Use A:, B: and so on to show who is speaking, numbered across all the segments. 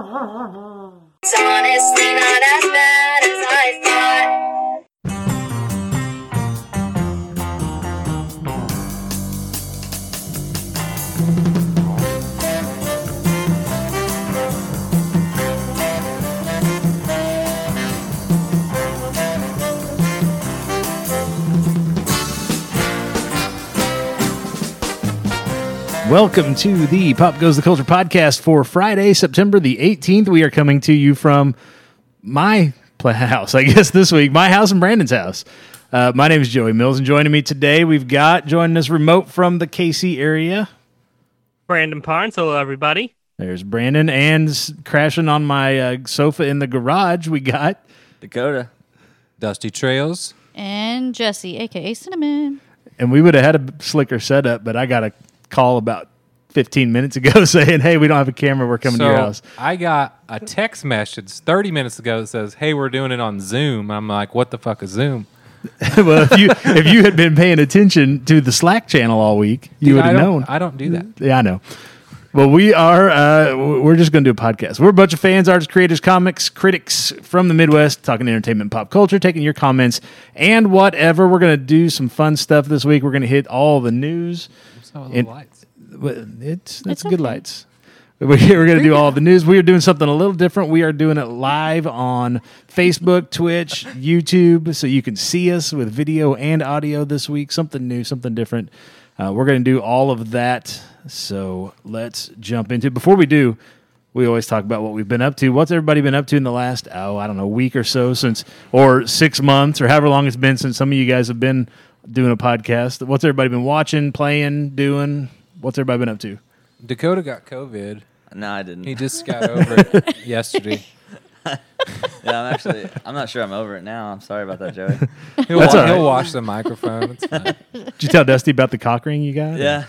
A: It's honestly not as bad as I thought.
B: Welcome to the Pop Goes the Culture podcast for Friday, September the 18th. We are coming to you from my pla- house, I guess, this week, my house and Brandon's house. Uh, my name is Joey Mills, and joining me today, we've got joining us remote from the KC area.
C: Brandon Parnes. Hello, everybody.
B: There's Brandon, and s- crashing on my uh, sofa in the garage, we got
D: Dakota. Dusty Trails.
E: And Jesse, aka Cinnamon.
B: and we would have had a slicker setup, but I got a call about 15 minutes ago saying, "Hey, we don't have a camera. We're coming to your house."
D: I got a text message 30 minutes ago that says, Hey, we're doing it on Zoom. I'm like, What the fuck is Zoom?
B: well, if you if you had been paying attention to the Slack channel all week, you would
D: I
B: have
D: don't-
B: known. Mm-hmm.
D: I don't do that.
B: yeah, I know. Well, we are. Uh, w- we're just going to do a podcast. We're a bunch of fans, artists, creators, comics, critics from the Midwest, talking entertainment, and pop culture, taking your comments and whatever. We're going to do some fun stuff this week. We're going to hit all the news.
D: So
B: It-
D: lights.
B: Well, It's that's
E: It's
B: good
E: okay.
B: lights. We're, we're going to do all the news. We are doing something a little different. We are doing it live on Facebook, Twitch, YouTube, so you can see us with video and audio this week. Something new, something different. Uh, we're going to do all of that. So let's jump into. Before we do, we always talk about what we've been up to. What's everybody been up to in the last oh I don't know week or so since or six months or however long it's been since some of you guys have been doing a podcast. What's everybody been watching, playing, doing? What's everybody been up to?
D: Dakota got COVID.
F: No, I didn't.
D: He just got over it yesterday.
F: yeah, I'm actually. I'm not sure I'm over it now. I'm sorry about that, Joey.
D: He'll,
B: That's
D: wa-
B: all right.
D: he'll wash the microphone. It's fine.
B: Did you tell Dusty about the cock ring you got?
F: yeah,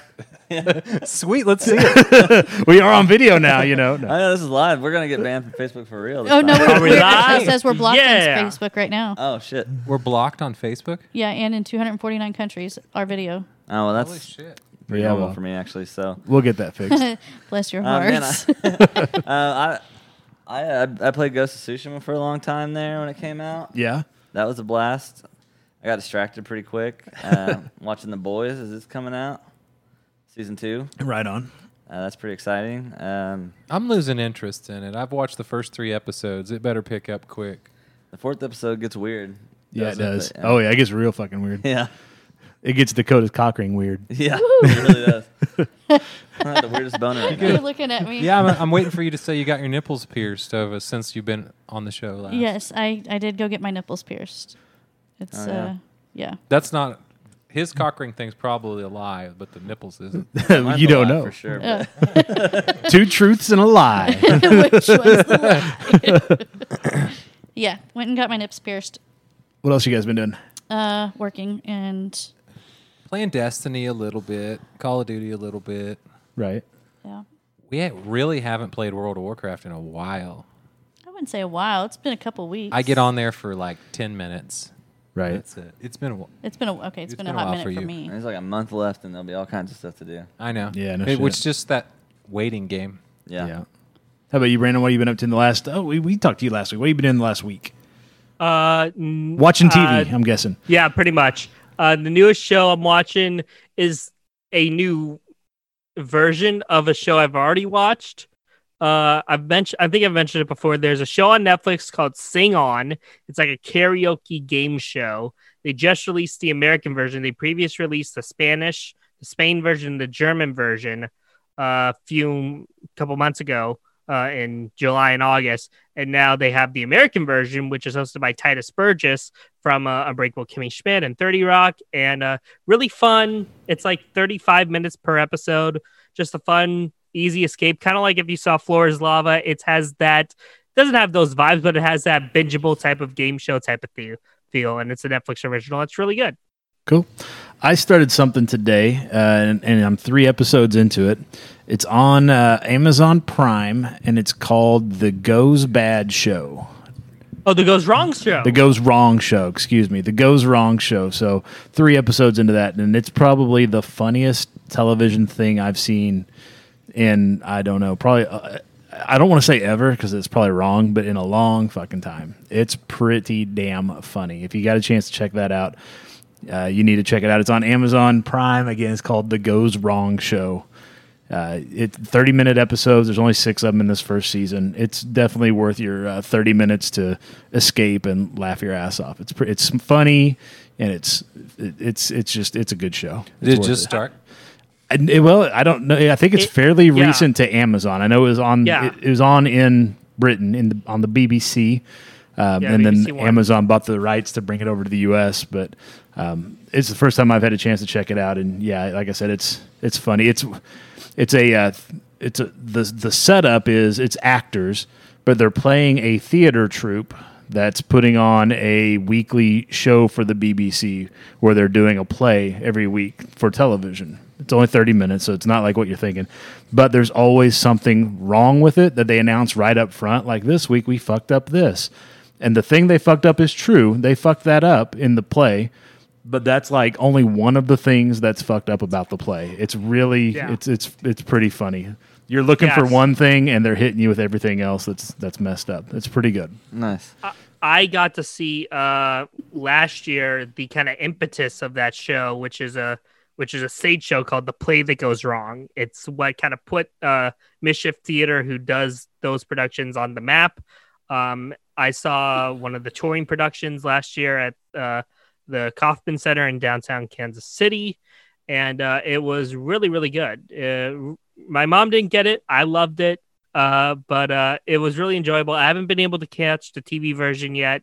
D: Sweet. Let's see it.
B: We are on video now, you know. No.
F: I know this is live. We're gonna get banned from Facebook for real. this
E: Oh no,
F: time.
E: we're,
C: we
E: we're-
C: live?
E: It says we're blocked
C: Yeah.
E: on Facebook right now.
F: Oh shit.
D: We're blocked on Facebook.
E: yeah, and in 249 countries, our video.
F: Oh well,
D: Holy
F: that's
D: shit.
F: pretty
B: Yeah,
F: normal
B: well.
F: for me actually. So,
B: We'll get that fixed.
E: Bless your
F: uh, man,
E: hearts.
F: I, uh, I, I, uh, I played Ghost of Tsushima for a long time there when it came out.
B: yeah.
F: That was a blast. I got distracted pretty quick uh, watching The Boys as it's coming out, season two.
B: Right on.
F: Uh, that's pretty exciting. Um,
D: I'm losing interest in it. I've watched the first three episodes. It better pick up quick.
F: the fourth episode gets weird.
B: Yeah, it does.
F: But,
B: Oh yeah, it gets real fucking weird.
F: yeah.
B: It gets Dakota's cock ring weird.
F: Yeah, it really does. I have the weirdest boner right
E: You're
F: now.
E: looking at me.
D: Yeah, I'm, I'm waiting for you to say you got your nipples pierced over since you've been on the show last.
E: Yes, I, I did go get my nipples pierced. It's,
F: Oh, yeah.
E: uh, yeah.
D: That's not his cock ring thing's probably a lie, but the nipples isn't.
F: Mine's
B: you
F: a
B: don't
F: lot
B: know.
F: for sure.
E: Uh,
B: Two truths and a lie.
E: which was the lie. yeah, went and got my nips pierced,
B: what else you guys been doing?
E: uh, working, and
D: Playing Destiny a little bit, Call of Duty a little bit.
B: Right.
E: yeah.
D: We ha- really haven't played World of Warcraft in a while.
E: I wouldn't say a while. It's been a couple weeks.
D: I get on there for like ten minutes.
B: Right.
D: That's it. It's been a while.
E: It's been a okay. it's been, a hot
D: while
E: minute
D: for
E: for,
D: you. Uh,
E: me.
F: There's like a month left, and there'll be all kinds of stuff to do.
D: I know.
B: Yeah, no
D: it, It's
B: shit.
D: just that waiting game.
F: Yeah.
B: How about you, Brandon? What have you been up to in the last? Oh, we, we talked to you last week. What have you been doing the last week?
C: Uh, n-
B: Watching TV,
C: uh,
B: I'm guessing.
C: yeah, pretty much. Uh, the newest show I'm watching is a new version of a show I've already watched. Uh, I've mentioned, I think I've mentioned it before. There's a show on Netflix called Sing On. It's like a karaoke game show. They just released the American version. They previously released the Spanish, the Spain version, the German version uh, a few couple months ago uh, in July and August. And now they have the American version, which is hosted by Titus Burgess from uh, Unbreakable Kimmy Schmidt and 30 Rock. And uh, really fun. It's like 35 minutes per episode. Just a fun, easy escape. Kind of like if you saw Flora's Lava, it has that, doesn't have those vibes, but it has that bingeable type of game show type of feel. feel. And it's a Netflix original. It's really good.
B: Cool. I started something today, uh, and, and I'm three episodes into it. It's on uh, Amazon Prime, and it's called The Goes Bad Show.
C: Oh, the Goes Wrong show.
B: The Goes Wrong Show, excuse me. The Goes Wrong Show. So, three episodes into that, and it's probably the funniest television thing I've seen in I don't know, probably uh, I don't want to say ever because it's probably wrong, but in a long fucking time. It's pretty damn funny. If you got a chance to check that out, uh, you need to check it out. It's on Amazon Prime again. It's called The Goes Wrong Show. Uh, it 30 minute episodes. There's only six of them in this first season. It's definitely worth your uh, 30 minutes to escape and laugh your ass off. It's pre- it's funny and it's it, it's it's just it's a good show. It's
D: Did it
B: worth
D: just
B: it.
D: start?
B: And it- well, I don't know. I think it's
C: It-
B: fairly
C: yeah.
B: recent to Amazon. I know it was on.
C: Yeah.
B: It, it was on in Britain in the, on the BBC, um,
C: Yeah,
B: and
C: BBC
B: then
C: One.
B: Amazon bought the rights to bring it over to the US. But um, it's the first time I've had a chance to check it out, and yeah, like I said, it's it's funny. It's it's a uh, it's a the the setup is it's actors, but they're playing a theater troupe that's putting on a weekly show for the BBC where they're doing a play every week for television. It's only 30 minutes, so it's not like what you're thinking. But there's always something wrong with it that they announce right up front like this week we fucked up this. And the thing they fucked up is true. They fucked that up in the play. But that's like only one of the things that's fucked up about the play. It's really
C: Yeah.
B: it's it's it's pretty funny. You're looking for
C: Yes.
B: one thing and they're hitting you with everything else that's that's messed up. It's pretty good.
F: Nice.
C: I got to see uh last year the kind of impetus of that show, which is a which is a stage show called The Play That Goes Wrong. It's what kind of put uh Mischief Theater, who does those productions, on the map. Um, I saw one of the touring productions last year at uh, the Kaufman Center in downtown Kansas City, and uh, it was really really good. Uh, my mom didn't get it. I loved it uh, but uh, it was really enjoyable. I haven't been able to catch the TV version yet,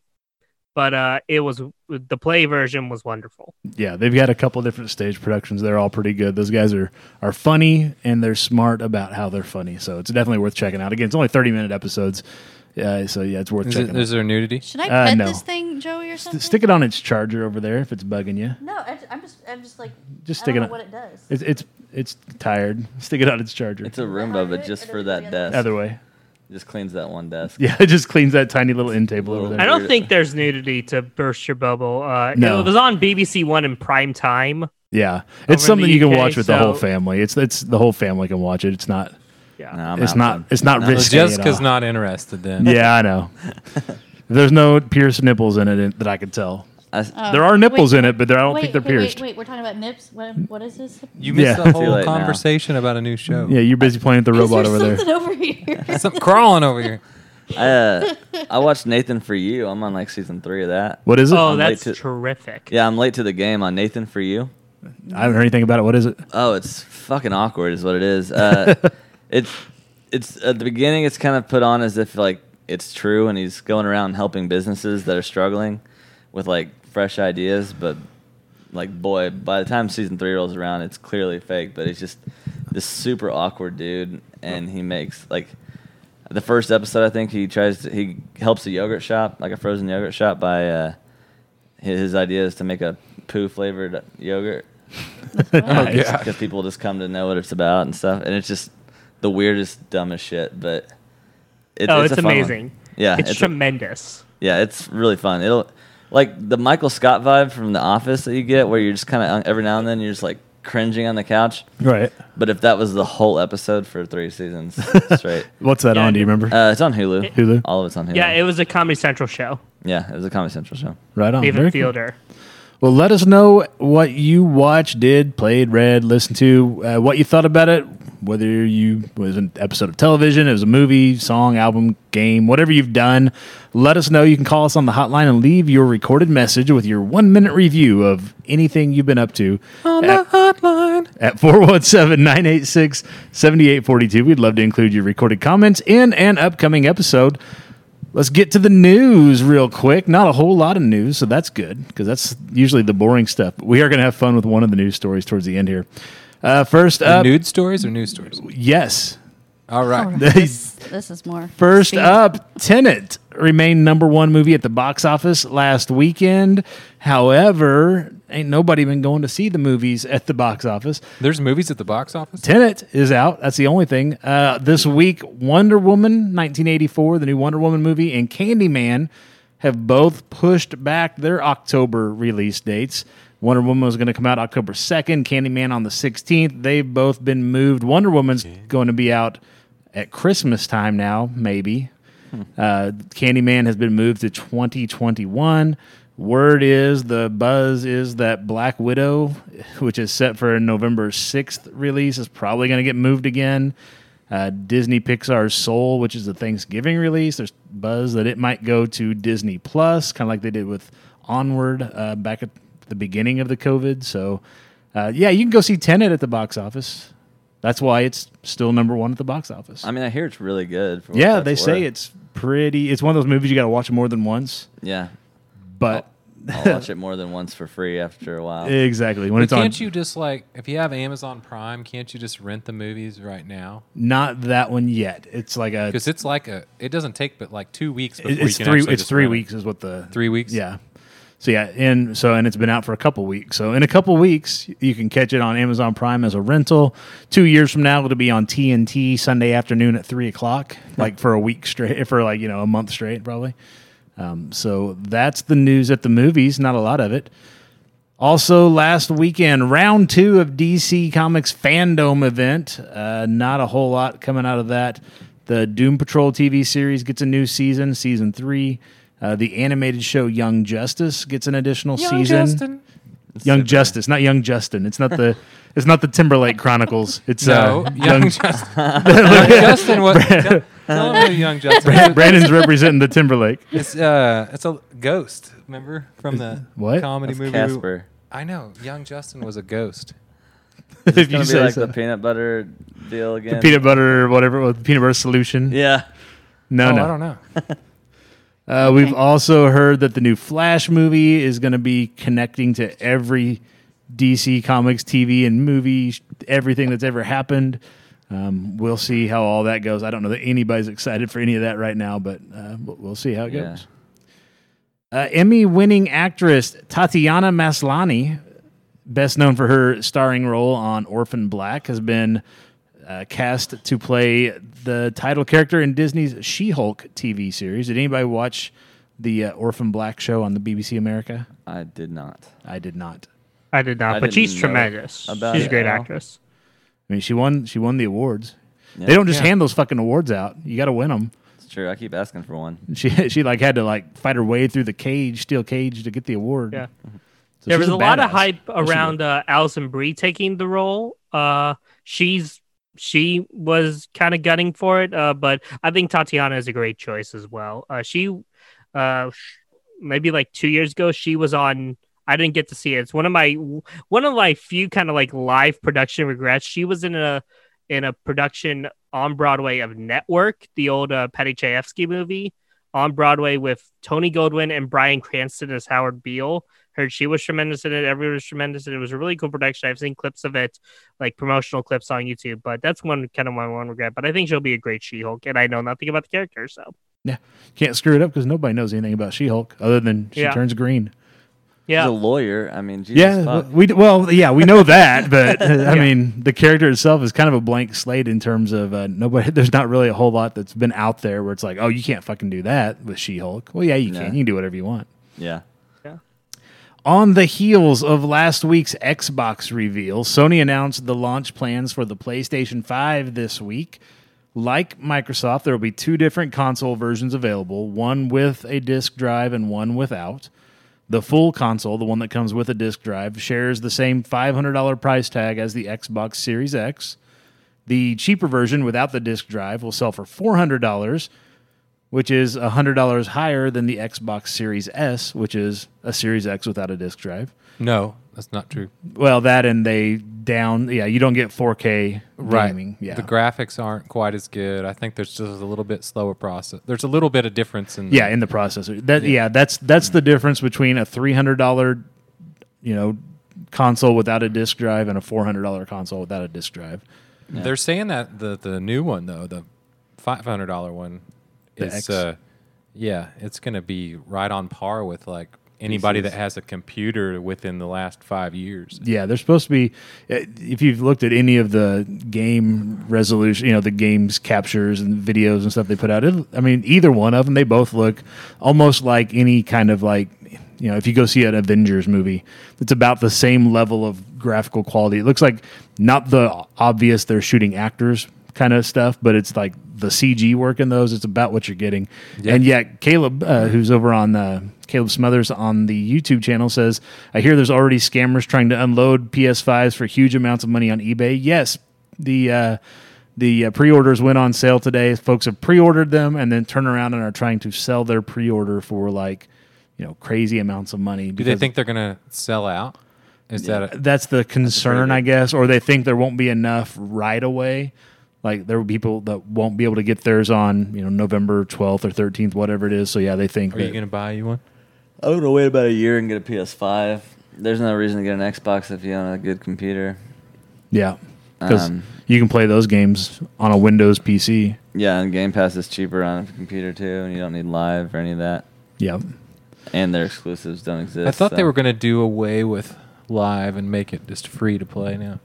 C: but uh, it was the play version was wonderful.
B: yeah, they've got a couple different stage productions. They're all pretty good. Those guys are are funny and they're smart about how they're funny. So it's definitely worth checking out. Again, it's only thirty minute episodes, uh, so yeah, it's worth
D: Is, it,
B: checking.
D: is
B: out.
D: there nudity?
E: Should I
B: Uh,
E: pet
B: no.
E: this thing, Joey, or something?
B: St- stick it on its charger over there if it's bugging you.
E: No, I, am just, I'm just like,
B: Just
E: I
B: stick
E: don't
B: it
E: know
B: on-
E: what it does.
B: It's it's it's tired. Stick it on its charger.
F: It's a Roomba, but just for that desk.
B: Either way,
F: Just cleans that one desk.
B: yeah, it just cleans that tiny little end table over
F: Little-
B: there.
C: I don't
F: Weird.
C: think there's nudity to burst your bubble. Uh,
B: No.
C: it was on BBC One in prime time.
B: yeah,
C: Over in
B: it's something
C: the
B: you can
C: UK,
B: watch with the whole
C: so-
B: family. It's it's the whole family can watch it. It's not
F: No,
C: Yeah,
F: I'm
B: it's
F: out,
B: not
F: bud.
B: it's not
F: No.
D: Well,
B: risky. at
D: Jessica's
B: all.
D: not interested then.
B: Yeah, I know. There's no pierced nipples in it in- that I can tell.
F: I,
E: Oh.
B: There are nipples
E: Wait,
B: in it, but they're, I don't
E: wait,
B: think they're
E: wait, wait,
B: pierced.
E: Wait, we're talking about nips. What, what is this?
D: You missed
B: Yeah.
D: the
B: Too
D: whole
F: late now.
D: conversation about a new show.
B: Yeah, you're busy playing with the robot
E: is
B: over
E: there
B: there.
E: something over here?
D: Something crawling over here.
F: I, uh, I watched Nathan for You. I'm on like season three of that.
B: What is it?
C: Oh,
F: I'm
C: that's
F: late to-
C: terrific.
F: Yeah, I'm late to the game on Nathan for You.
B: I haven't heard anything about it. What is it?
F: Oh, it's fucking awkward, is what it is. Uh, it's it's at the beginning. It's kind of put on as if like it's true, and he's going around helping businesses that are struggling with like fresh ideas. But like, boy, by the time season three rolls around, it's clearly fake. But he's just this super awkward dude, and he makes like the first episode. I think he tries to he helps a yogurt shop, like a frozen yogurt shop, by uh, his, his idea is to make a poo flavored yogurt
D: Oh,
F: because people just come to know what it's about and stuff. And it's just the weirdest, dumbest shit. But it-
C: oh, it's,
F: a fun one.
C: amazing.
F: Yeah,
C: it's,
F: it's a-
C: tremendous.
F: yeah, it's really fun. It'll like the Michael Scott vibe from The Office that you get, where you're just kind of every now and then you're just like cringing on the couch.
B: Right.
F: But if that was the whole episode for three seasons straight,
B: What's that
C: Yeah,
B: on? Do you remember?
F: uh, it's on Hulu.
B: Hulu?
F: All of it's on Hulu.
C: yeah, it was a Comedy Central show.
F: yeah, it was a Comedy Central show.
B: right on.
C: David
B: Oh, Very cool.
C: Fielder.
B: Well, let us know what you watched, did, played, read, listened to, uh, what you thought about it. Whether you it was an episode of television, it was a movie, song, album, game, whatever you've done, let us know. You can call us on the hotline and leave your recorded message with your one minute review of anything you've been up to. On
D: Hotline.
B: at 417 986 7842. We'd love to include your recorded comments in an upcoming episode. Let's get to the news real quick. Not a whole lot of news, so that's good because that's usually the boring stuff. But we are going to have fun with one of the news stories towards the end here. Uh, first up,
D: Nude stories or news stories?
B: yes.
D: All right.
E: this, this is more.
B: First
E: steamed.
B: up, Tenet remained number one movie at the box office last weekend. However, ain't nobody been going to see the movies at the box office.
D: There's movies at the box office.
B: Tenet is out. That's the only thing. Uh, this week, Wonder Woman 1984, the new Wonder Woman movie, and Candyman have both pushed back their October release dates. Wonder Woman was going to come out October 2nd, Candyman on the 16th. They've both been moved. Wonder Woman's going to be out at Christmas time now, maybe. Uh, Candyman has been moved to 2021. Word is the buzz is that Black Widow, which is set for a November 6th release, is probably going to get moved again. Uh, Disney Pixar's Soul, which is the Thanksgiving release, there's buzz that it might go to Disney Plus, kind of like they did with Onward uh, back at the beginning of the COVID. So, uh, yeah, you can go see Tenet at the box office. That's why it's still number one at the box office.
F: I mean, I hear it's really good. For what
B: Yeah,
F: that's
B: they say
F: worth.
B: it's pretty. It's one of those movies you got to watch more than once.
F: Yeah,
B: But
F: Oh, I'll watch it more than once for free after a while.
B: exactly when
D: But
B: it's on,
D: can't you just like if you have Amazon Prime, can't you just rent the movies right now?
B: not that one yet. It's like a.
D: Because it's like a it doesn't take but like two weeks before
B: it- It's
D: you can
B: three.
D: actually
B: It's
D: just
B: three
D: rent it.
B: weeks is what the
D: Three weeks.
B: Yeah. So yeah, and so and it's been out for a couple weeks. So in a couple weeks, you can catch it on Amazon Prime as a rental. Two years from now, it'll be on TNT Sunday afternoon at three o'clock, like for a week straight, for like you know a month straight probably. Um, so that's the news at the movies. Not a lot of it. Also, last weekend, round two of DC Comics fandom event. Uh, not a whole lot coming out of that. The Doom Patrol TV series gets a new season, season three. Uh, the animated show Young Justice gets an additional
D: Young
B: season.
D: Justin.
B: Young Justice, not Young Justin. It's not the it's not the Timberlake Chronicles. It's
D: No,
B: uh,
D: young,
B: Young.
D: Justin. young Justin. What? tell- Tell him who young Justin. is.
B: Brandon's representing the Timberlake.
D: It's uh, it's a ghost. Remember from the
B: What?
D: comedy
F: That's
D: movie?
F: Casper.
D: I know. Young Justin was a ghost.
B: If
F: It's
B: you
F: gonna
B: say
F: be like
B: so.
F: the peanut butter deal again.
B: peanut butter or whatever, well, peanut butter solution.
F: yeah,
B: No,
D: oh,
B: no,
D: I don't know.
B: Uh, We've also heard that the new Flash movie is going to be connecting to every DC Comics TV and movie, sh- everything that's ever happened. Um, we'll see how all that goes. I don't know that anybody's excited for any of that right now, but uh, we'll we'll see how it
F: Yeah.
B: goes. Uh, Emmy winning actress Tatiana Maslany, best known for her starring role on Orphan Black, has been uh, cast to play the title character in Disney's She Hulk TV series. Did anybody watch the uh, Orphan Black show on the BBC America?
F: I did not.
B: I did not.
C: I did not,
F: I
C: but she's
F: didn't know
C: tremendous.
F: about
C: She's a
F: it
C: great
F: at all.
C: actress.
B: I mean, she won. She won the awards. They don't just
D: Yeah.
B: hand those fucking awards out. You got to win them.
F: It's true. I keep asking for one.
B: She she like had to like fight her way through the cage, steel cage, to get the award.
C: Yeah.
B: So
C: there
B: she's
C: was a, lot of
B: badass.
C: hype
B: she
C: around uh, Alison Brie taking the role. Uh, she's she was kind of gunning for it, uh, but I think Tatiana is a great choice as well. Uh, she uh, sh- maybe like two years ago she was on. I didn't get to see it. It's one of my one of my few kind of like live production regrets. She was in a in a production on Broadway of Network, the old uh, Patty Chayefsky movie on Broadway with Tony Goldwyn and Brian Cranston as Howard Beale heard she was tremendous in it. Everyone was tremendous, and it was a really cool production. I've seen clips of it, like promotional clips on YouTube. But that's one kind of my one regret. But I think she'll be a great She-Hulk, and I know nothing about the character, so
B: Can't screw it up because nobody knows anything about She Hulk other than she
C: Yeah.
B: turns green.
F: He's a
C: yeah.
F: lawyer. I mean, Jesus
B: Yeah,
F: fuck.
B: w- we d- well, yeah, we know that, but uh, I mean, the character itself is kind of a blank slate in terms of uh, nobody. There's not really a whole lot that's been out there where it's like, oh, you can't fucking do that with She-Hulk. Well, yeah, you
F: No.
B: can. You can do whatever you want.
F: yeah.
B: On the heels of last week's Xbox reveal, Sony announced the launch plans for the PlayStation 5 this week. Like Microsoft, there will be two different console versions available one with a disk drive and one without. The full console, the one that comes with a disk drive, shares the same $500 price tag as the Xbox Series X. The cheaper version without the disk drive will sell for $400 which is $100 higher than the Xbox Series S, which is a Series X without a disk drive.
D: No, that's not true.
B: Well, that and they down, yeah, you don't get 4K gaming. Yeah.
D: The graphics aren't quite as good. I think there's just a little bit slower process. There's a little bit of difference in.
B: yeah, in the processor. That yeah, that's that's the difference between a $300 you know console without a disk drive and a $400 console without a disk drive.
D: They're saying that the the new one though, the five hundred dollar one,
B: The
D: is
B: X.
D: uh, yeah, it's gonna be right on par with like anybody that has a computer within the last five years.
B: Yeah, they're supposed to be. eh, If you've looked at any of the game resolution, you know the games captures and videos and stuff they put out. It, I mean, either one of them, they both look almost like any kind of like You know, if you go see an Avengers movie, it's about the same level of graphical quality. It looks like not the obvious they're shooting actors kind of stuff, but it's like the CG work in those. It's about what you're getting. And yet, Caleb, uh, who's over on uh, Caleb Smothers on the YouTube channel, says, I hear there's already scammers trying to unload PS5s for huge amounts of money on eBay. Yes, the. Uh, the uh, pre-orders went on sale today. Folks have pre-ordered them and then turn around and are trying to sell their pre-order for like, you know, crazy amounts of money.
D: Do they think they're gonna sell out? Is that a,
B: that's the concern, I guess, or they think there won't be enough right away. Like there will be people that won't be able to get theirs on, you know, November twelfth or thirteenth, whatever it is. So yeah, they think
D: are you
B: that-
D: gonna buy you one?
F: I would wait about a year and get a PS5. There's no reason to get an Xbox if you own a good computer.
B: yeah, because
F: Um,
B: you can play those games on a Windows PC.
F: Yeah, and Game Pass is cheaper on a computer too, and you don't need live or any of that.
B: Yeah,
F: And their exclusives don't exist.
D: I thought they
F: so-
D: were gonna do away with live and make it just free to play now.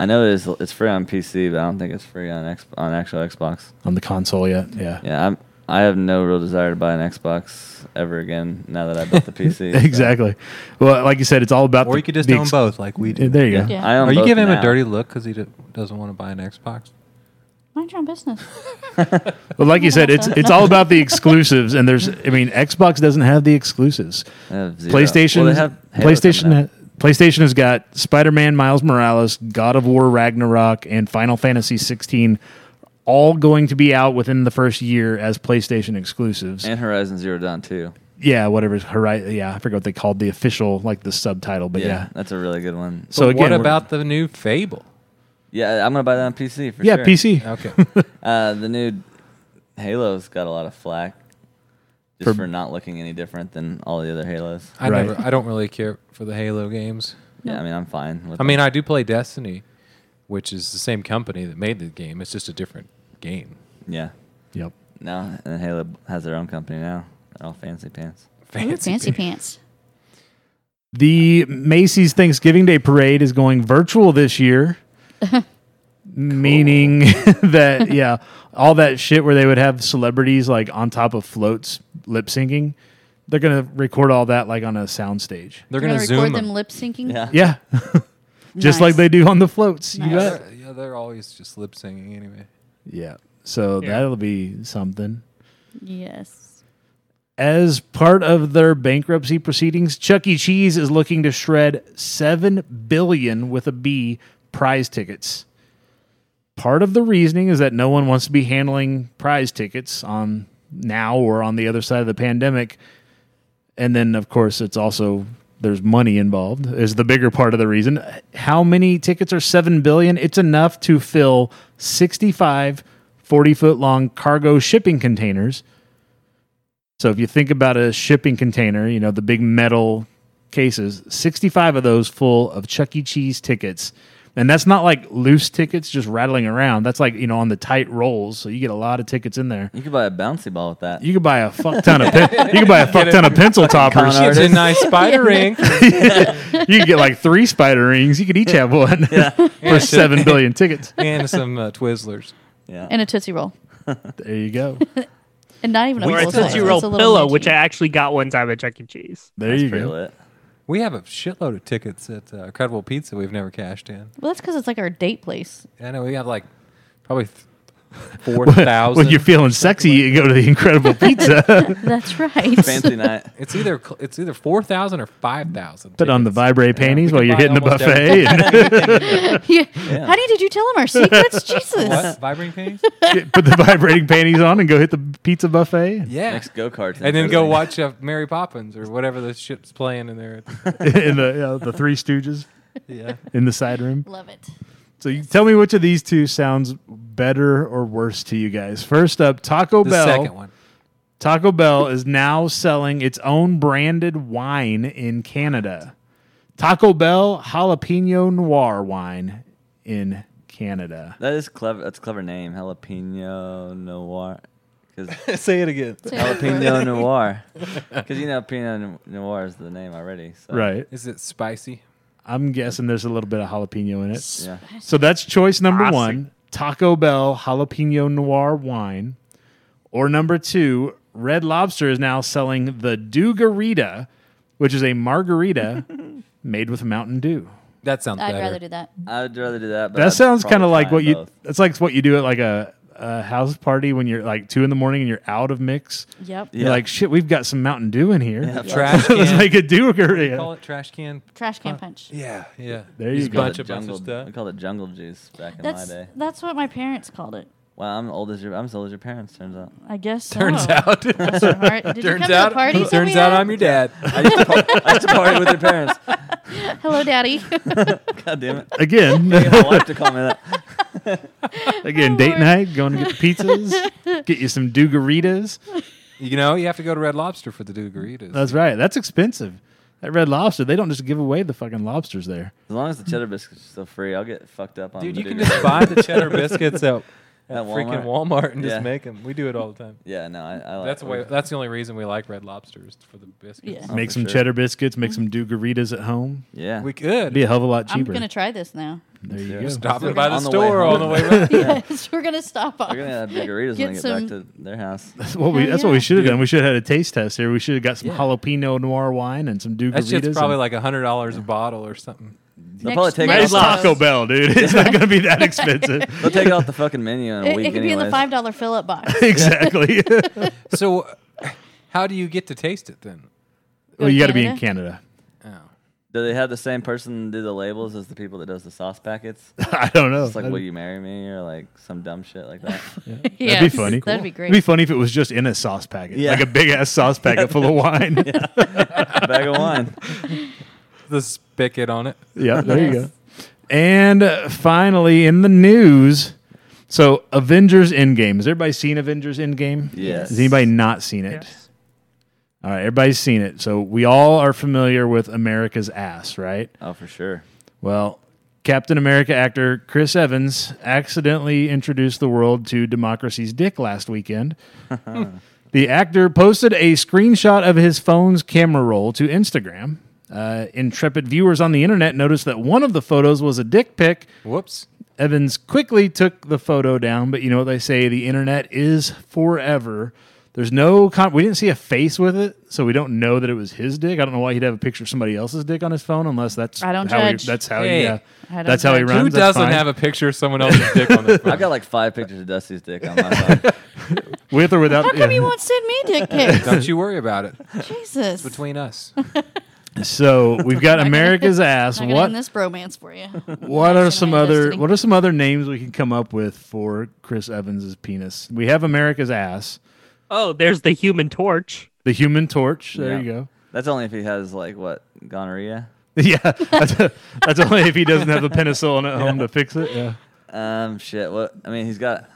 F: I know it's it's free on PC, but I don't think it's free on X, on actual Xbox.
B: on the console yet. Yeah,
F: Yeah, I'm. I have no real desire to buy an Xbox ever again now that I built the PC. so-
B: exactly. Well, like you said, it's all about.
D: Or
B: the-
D: you could just
B: the
D: own
B: ex-
D: both, like we
B: Yeah,
D: do.
B: There you go.
E: Yeah.
F: I own
D: Are you
F: both
D: giving him
F: now.
D: a dirty look because he d- doesn't want to buy an Xbox?
E: Mind your own business.
B: But like you said,
E: Yeah,
B: it's
E: so-
B: it's all about the exclusives, and there's I mean, Xbox doesn't have the exclusives.
F: I have zero.
B: PlayStation,
F: Well, they have Halo
B: PlayStation,
F: coming out.
B: PlayStation has got Spider-Man, Miles Morales, God of War, Ragnarok, and Final Fantasy 16, all going to be out within the first year as PlayStation exclusives.
F: and Horizon Zero Dawn too.
B: yeah, whatever. Horizon, yeah, I forget what they called the official like the subtitle, but
F: Yeah,
B: yeah.
F: that's a really good one.
B: So
D: But
B: again,
D: what
B: we're-
D: about the new Fable?
F: Yeah, I'm gonna buy that on PC for
B: yeah
F: sure.
B: PC?
D: Okay,
F: Uh, the new Halo's got a lot of flack just
B: For-
F: for, not looking any different than all the other Halos.
D: I
B: Right.
D: never. I don't really care for the Halo games.
F: Yeah, I mean I'm fine. With
D: I mean, I do play Destiny, which is the same company that made the game. It's just a different game.
F: them. yeah,
B: Yep.
F: no, and Halo has their own company now. They're all fancy pants.
E: Ooh, fancy pants.
B: The Macy's Thanksgiving Day Parade is going virtual this year. Meaning that, yeah, all that shit where they would have celebrities like on top of floats lip syncing, they're going to record all that like on a soundstage.
D: They're
E: You're
D: gonna,
E: record
D: zoom
E: them
D: them.
E: lip syncing.
F: Yeah.
B: Yeah. Just like
E: Nice.
B: they do on the floats. You
E: Nice.
B: bet.
D: They're- yeah, they're always just lip singing anyway.
B: Yeah. So
C: Yeah.
B: that'll be something.
E: Yes.
B: As part of their bankruptcy proceedings, Chuck E. Cheese is looking to shred seven billion with a B prize tickets. Part of the reasoning is that no one wants to be handling prize tickets on now or on the other side of the pandemic. And then, of course, it's also there's money involved is the bigger part of the reason. How many tickets are seven billion? It's enough to fill 65 40 foot long cargo shipping containers. So if you think about a shipping container, you know, the big metal cases, 65 of those full of Chuck E. Cheese tickets. And that's not like loose tickets just rattling around. That's like, you know, on the tight rolls. So you get a lot of tickets in there.
F: You could buy a bouncy ball with that.
B: You could buy a fuck ton of pen- you could buy a fuck ton of pencil toppers.
F: Con
D: It's a
F: artist.
D: nice spider ink.
B: You could get like three spider rings. You could each have one for seven billion tickets.
D: and some uh, Twizzlers.
F: yeah.
E: And a Tootsie Roll.
B: There you go.
E: And not even a
C: Or a
E: full size.
C: Tootsie
E: It's
C: Roll
E: a little
C: pillow,
E: midgie.
C: which I actually got one time at Chuck E. Cheese.
B: There
F: That's
B: you
F: pretty
B: go.
F: lit.
D: We have a shitload of tickets at uh, Incredible Pizza we've never cashed in.
E: Well, that's because it's like our date place.
D: I know we got like probably th- four thousand.
B: When you're feeling sexy, you go to the Incredible Pizza.
E: That's right.
F: Fancy night.
D: it's either cl- it's either four thousand or five thousand.
B: Put on the vibrate panties
D: we
B: while
D: could
B: you're
D: buy
B: hitting the
D: almost
B: buffet. and-
E: Yeah. How do you, did you tell him our secrets? Jesus.
D: what vibrating panties?
B: Get- put the vibrating panties on and go hit the pizza buffet
D: Yeah.
F: Next go karts.
D: and then go watch uh, Mary Poppins or whatever the shit's playing in there.
B: in the you know, the Three Stooges
D: Yeah.
B: in the side room.
E: Love it.
B: So you tell me which of these two sounds better or worse to you guys. First up, Taco
D: The
B: Bell.
D: second one.
B: Taco Bell is now selling its own branded wine in Canada. Taco Bell Jalapeno Noir wine in Canada.
F: That is clever. That's a clever name. Jalapeno Noir. 'Cause
D: Say it again.
F: Jalapeno Noir. Because you know Pinot Noir is the name already. So.
B: Right.
D: Is it spicy?
B: I'm guessing there's a little bit of jalapeno in it.
F: Yeah.
B: So that's choice number
C: Classic.
B: one Taco Bell jalapeno noir wine. Or number two, Red Lobster is now selling the Dugarita, which is a margarita made with Mountain Dew.
D: That sounds
E: I'd
D: better.
E: rather do that.
F: I'd rather do that. But
B: That
F: I'd
B: sounds kind of
F: probably
B: like
F: try
B: what you.
F: both.
B: That's like what you do at like a, a house party when you're like two in the morning and you're out of mix.
E: Yep.
B: You're
F: Yeah.
B: like, shit, we've got some Mountain Dew in here.
F: Yeah,
D: Trash can.
B: Let's make a Dew
D: Call
B: Garita.
D: it trash can.
E: Trash can punch.
D: Yeah, yeah.
B: There
D: Use
B: you
D: a
B: go.
D: bunch
F: we
D: of bunch
F: called it
D: of
F: jungle-
D: stuff.
F: We called it jungle juice back in
E: That's
F: my day.
E: that's what my parents called it.
F: Well, I'm old as your I'm as old as your parents. Turns out.
E: I guess.
D: Turns
E: so.
D: out.
E: That's smart. Did you
D: turns
E: come to
D: out.
E: the parties that
D: Turns
E: we
D: out
E: had?
D: I'm your dad.
F: I used to, par- I used to party with your parents.
E: Hello, Daddy.
F: God damn it!
B: Again,
F: I like to call me that.
B: again,
E: Oh,
B: date
E: Lord.
B: night, going to get pizzas, get you some Dew Garitas.
D: You know, you have to go to Red Lobster for the Dugaritas.
B: That's right. That's expensive. That Red Lobster, they don't just give away the fucking lobsters there.
F: As long as the cheddar biscuits are still free, I'll get fucked up on.
D: Dude,
F: the
D: you can
F: Dude
D: just buy the cheddar biscuits at, at,
F: At
D: freaking Walmart and
F: Yeah.
D: just make them. We do it all the time.
F: Yeah, no, I, I like.
D: That's the way. That's the only reason we like Red Lobsters for the biscuits.
E: Yeah. Oh,
B: make
F: for
B: some
F: sure.
B: cheddar biscuits, make some do garitas at home.
F: Yeah.
D: We
B: It'd
D: could
B: be a hell of a lot
E: I'm
B: cheaper.
E: gonna try this now.
B: there you
F: Yeah.
B: go.
D: stop
F: We're
D: it by the
F: on the way
D: store
F: home.
D: on the way. back.
E: yes, we're gonna stop off.
F: We're gonna have margaritas when
E: Get
F: I get
E: some-
F: back to their house.
B: That's what we.
E: Hell
B: That's what we
E: yeah.
B: should have done. We should have had a taste test here. We should have got some
F: Yeah.
B: jalapeno noir wine and some do
D: That shit's
B: garitas.
D: probably
B: and-
D: like a hundder dollars a bottle or something.
F: They'll probably take
E: next
B: It's
F: it
E: time.
F: off.
B: Taco Bell, dude. It's not going to be that expensive.
F: They'll take it off the fucking menu in a
E: It,
F: week
E: it could be in
F: anyways.
E: the five dollar fill up box.
B: exactly.
D: So, uh, how do you get to taste it then?
B: well,
E: to
B: you got to be in Canada.
D: Oh.
F: do they have the same person do the labels as the people that does the sauce packets?
B: I don't know.
F: It's like,
B: That'd-
F: will you marry me? Or like some dumb shit like that.
E: Yes,
B: That'd be funny.
E: That'd be
B: It'd be
E: great.
B: funny if it was just in a sauce packet,
F: Yeah.
B: like a big ass sauce packet full of wine. Yeah,
F: bag of wine.
D: The spigot on it.
B: there you
E: Yes.
B: go. And uh, finally, in the news, so Avengers Endgame. Has everybody seen Avengers Endgame?
F: Yes.
B: Has anybody not seen it?
C: Yes.
B: All right, everybody's seen it. So we all are familiar with America's ass, right?
F: Oh, for sure.
B: Well, Captain America actor Chris Evans accidentally introduced the world to democracy's dick last weekend. the actor posted a screenshot of his phone's camera roll to Instagram. Uh, intrepid viewers on the internet noticed that one of the photos was a dick pic.
D: Whoops.
B: Evans quickly took the photo down, but you know what they say the internet is forever. There's no con- we didn't see a face with it, so we don't know that it was his dick. I don't know why he'd have a picture of somebody else's dick on his phone unless that's
E: I don't
B: how
E: judge.
B: He, that's how
D: Hey.
B: he uh,
E: I don't
B: that's how he
E: judge.
B: runs.
D: Who doesn't have a picture of someone else's dick on their
F: I've
D: phone?
F: got like five pictures of Dusty's dick on my phone.
B: with or without
E: How come
B: yeah.
E: you won't send me dick pics?
D: Don't you worry about it.
E: Jesus.
D: Between us.
B: So we've got America's ass.
E: I'm not gonna
B: What
E: end this bromance for you.
B: what are some
E: my
B: other
E: destiny.
B: what are some other names we can come up with for Chris Evans's penis? We have America's ass,
C: Oh, there's the Human Torch.
B: the Human Torch. There
F: Yeah.
B: you go.
F: That's only if he has like what gonorrhea.
B: Yeah, that's, that's only if he doesn't have the penicillin at home to fix it. Yeah.
F: Um, shit. What? I mean, he's got.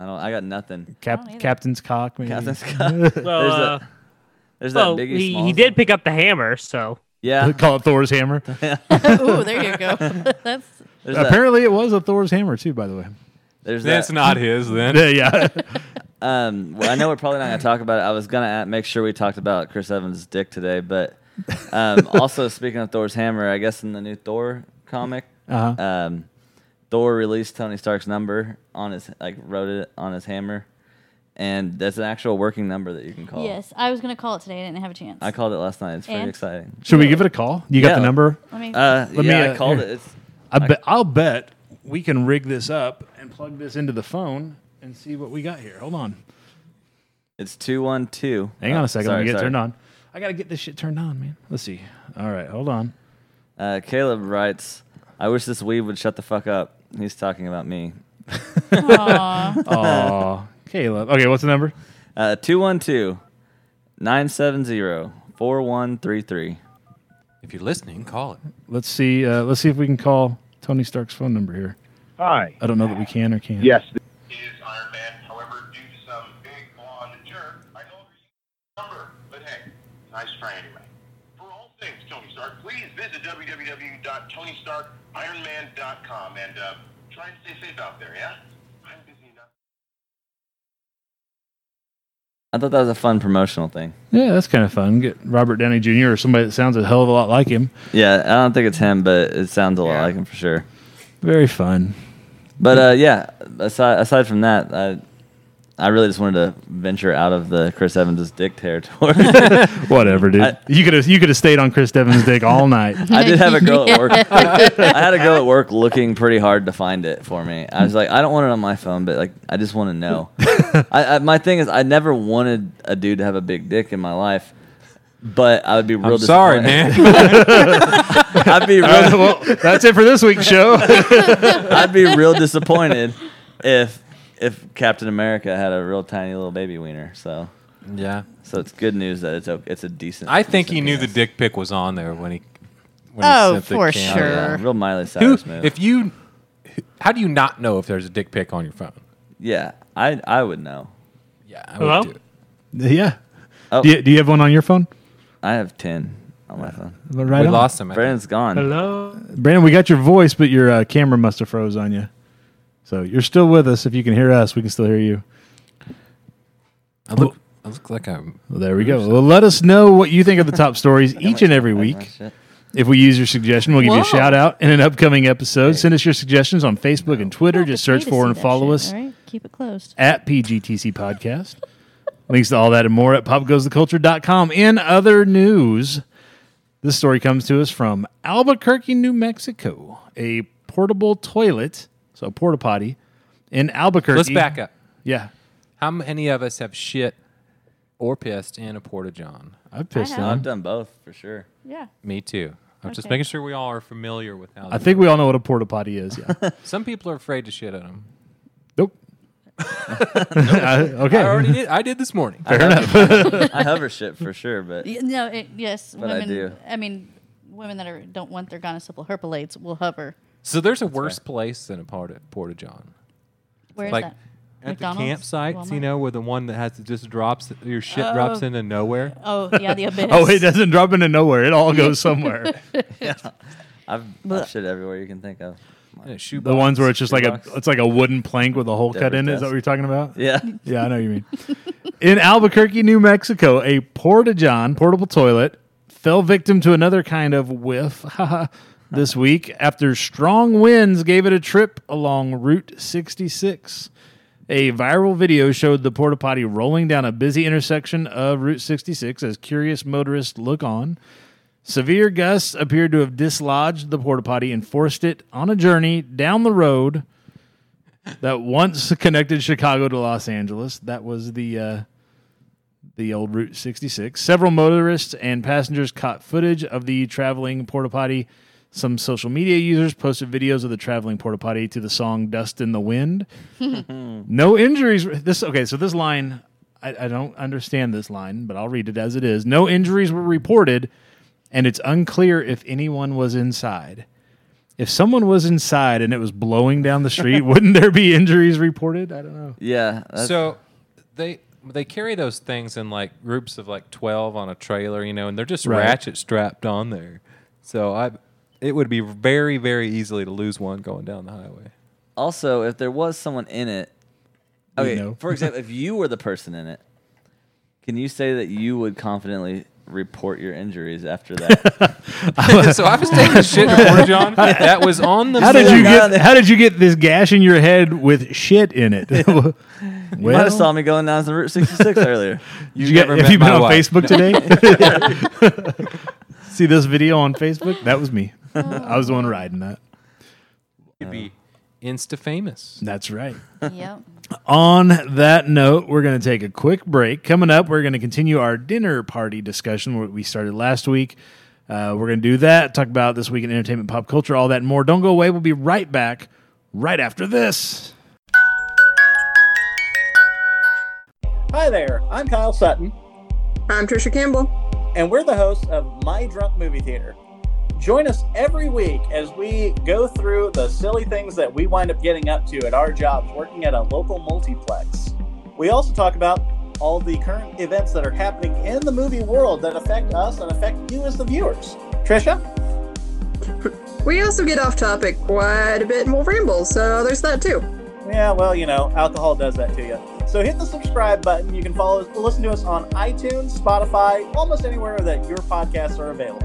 F: I don't. I got nothing.
E: I don't
B: Cap,
E: either.
B: Captain's cock, maybe.
F: Captain Scott.
C: Well,
F: There's
C: uh,
F: There's
C: well
F: that
C: he,
F: Biggie
C: he
F: Smalls
C: did
F: one.
C: pick up the hammer, so
F: Yeah.
B: Call it Thor's hammer.
E: Ooh, there you go. That's
F: There's that.
B: Apparently, it was a Thor's hammer too. By the way.
F: There's
D: That's
F: that.
D: not his then.
B: Yeah, yeah.
F: Um, well, I know we're probably not gonna talk about it. I was gonna a- make sure we talked about Chris Evans' dick today, but um, also speaking of Thor's hammer, I guess in the new Thor comic,
B: Uh-huh.
F: um, Thor released Tony Stark's number on his like wrote it on his hammer, and that's an actual working number that you can call.
E: yes. I was gonna call it today. I didn't have a chance.
F: I called it last night. It's pretty
E: And?
F: exciting.
B: Should we give it a call? You got
F: Yeah.
B: the number?
E: Let me.
F: Uh,
B: Let
F: yeah,
B: me, uh,
F: I called
B: here.
F: it. It's,
B: I bet. I'll bet we can rig this up and plug this into the phone and see what we got here. Hold on.
F: it's two one two.
B: Hang on a second. Let me get it turned on. I gotta get this shit turned on, man. Let's see. All right, hold on.
F: Uh, Caleb writes, "I wish this weeb would shut the fuck up." He's talking about me.
E: Aw.
B: Oh, Caleb. Okay, what's the number?
F: Uh, 212 970 4133.
D: If you're listening, call it.
B: Let's see. Uh, let's see if we can call Tony Stark's phone number here.
G: Hi.
B: I don't know that we can or can't.
G: Yes.
H: is Iron Man. However, due to some big blonde jerk, I no longer use the number. But hey, nice try anyway. For all things Tony Stark, please visit www.tonystarkironman.com and uh, try and stay safe out there. Yeah, I'm busy enough.
F: I thought that was a fun promotional thing.
B: Yeah, that's kind of fun. Get Robert Downey Jr. or somebody that sounds a hell of a lot like him.
F: Yeah, I don't think it's him, but it sounds a lot like him for sure.
B: Very fun.
F: But uh, yeah, aside, aside from that, I, I really just wanted to venture out of the Chris Evans' dick territory.
B: Whatever, dude.
F: I-
B: you could have you could have stayed on Chris Devon's dick all night.
F: I did have a girl at work. I had a girl at work looking pretty hard to find it for me. I was like, I don't want it on my phone, but like, I just want to know. I, I, my thing is, I never wanted a dude to have a big dick in my life, but I would be real.
D: I'm sorry,
F: disappointed-
D: man. Uh,
F: I'd be real.
B: well, that's it for this week's show.
F: I'd be real disappointed if if Captain America had a real tiny little baby wiener. So
D: yeah.
F: so it's good news that it's a, it's a decent.
D: I think
F: decent
D: he knew the
F: penis.
D: dick pic was on there when he. When
E: Oh,
D: he sent the
E: for
D: cam.
F: Oh,
E: sure.
F: yeah. Real Miley
D: Who,
F: Cyrus move.
D: if you, how do you not know if there's a dick pic on your phone?
F: yeah, I I would know.
D: Yeah, I
C: Hello?
D: would do it.
B: yeah.
F: Oh.
B: Do, you, do you have one on your phone?
F: I have ten on my phone.
B: Right
D: we
B: on.
D: lost him. I think.
F: Brandon's gone.
C: Hello.
B: Brandon, we got your voice, but your uh, camera must have froze on you. So you're still with us. If you can hear us, we can still hear you.
D: I look, I look like I'm.
B: Well, there we go. Well, let us know what you think of the top stories each and every week.
F: Shit.
B: If we use your suggestion, we'll give you a
E: Whoa.
B: shout out in an upcoming episode. Send us your suggestions on Facebook and Twitter. Just search for and follow us
E: All right, keep it closed.
B: at PGTC Podcast. Links to all that and more at popgoestheculture.com. In other news, this story comes to us from Albuquerque, New Mexico. A portable toilet, so a porta potty, in Albuquerque.
D: Let's back up.
B: Yeah.
D: How many of us have shit or pissed in a porta john?
B: I pissed
E: I
F: I've
B: on.
F: done both for sure.
E: Yeah.
D: Me too. I'm just
E: Okay.
D: making sure we all are familiar with how.
B: I think we all know what a porta potty is. Yeah.
D: some people are afraid to shit at them.
B: nope. I- okay.
D: I already did. I did this morning.
F: Fair I enough. I hover shit for sure, but
E: Y- No, it, yes,
F: I
E: women. I,
F: do.
E: mean, women that are don't want their gonosyphil herpelates will hover.
D: So there's a worse place than a porta porta john.
E: Where is
D: Like
E: that?
D: At
E: McDonald's?
D: the campsites, you
E: Walmart?
D: know, where the one that has to just drops your shit drops into nowhere.
E: Oh yeah, the abyss.
B: Oh, it doesn't drop into nowhere. It all goes somewhere.
F: I've, I've shit everywhere you can think of.
D: In a shoebox.
B: the ones where it's just like a
F: Box.
B: it's like a wooden plank with a hole cut
F: Every
B: in it. Is
F: desk.
B: that what you're talking about?
F: Yeah,
B: Yeah, I know what you mean. In Albuquerque, New Mexico, a porta john portable toilet fell victim to another kind of whiff this week after strong winds gave it a trip along Route 66. A viral video showed the porta potty rolling down a busy intersection of Route 66 as curious motorists look on. Severe gusts appeared to have dislodged the porta potty and forced it on a journey down the road that once connected Chicago to Los Angeles. That was the uh, the old Route 66. Several motorists and passengers caught footage of the traveling porta potty. Some social media users posted videos of the traveling porta potty to the song "Dust in the Wind." no injuries. This okay. So this line, I, I don't understand this line, but I'll read it as it is. No injuries were reported, and it's unclear if anyone was inside. If someone was inside and it was blowing down the street, wouldn't there be injuries reported? I don't know.
F: yeah. That's,
D: So they they carry those things in like groups of like twelve on a trailer, you know, and they're just
B: Right.
D: ratchet strapped on there. So I, it would be very very easily to lose one going down the highway.
F: also, if there was someone in it,
B: We
F: okay.
B: know.
F: For example, if you were the person in it, can you say that you would confidently report your injuries after that?
D: so I was taking a shit in a porta john that was on the.
B: How did you
F: Yeah,
B: get?
F: that-
B: How did you get this gash in your head with shit in it? well,
F: Might have saw me going down the Route 66 earlier.
B: did you get,
D: never
B: have
D: met
B: you been
D: my
B: on
D: wife.
B: Facebook today? See this video on Facebook? That was me. I was the one riding that.
D: You'd be insta famous.
B: That's right.
E: Yep.
B: On that note, we're going to take a quick break. Coming up, we're going to continue our dinner party discussion where we started last week. Uh, we're going to do that, talk about this week in entertainment, pop culture, all that and more. Don't go away. We'll be right back right after this.
G: Hi there, I'm Kyle Sutton,
I: I'm Trisha Campbell.
G: and we're the hosts of My Drunk Movie Theater. Join us every week as we go through the silly things that we wind up getting up to at our jobs working at a local multiplex. We also talk about all the current events that are happening in the movie world that affect us and affect you as the viewers. Trisha?
I: We also get off topic quite a bit and we'll ramble, so there's that too.
G: Yeah, well, you know, alcohol does that to you. So hit the subscribe button. You can follow us, listen to us on iTunes, Spotify, almost anywhere that your podcasts are available.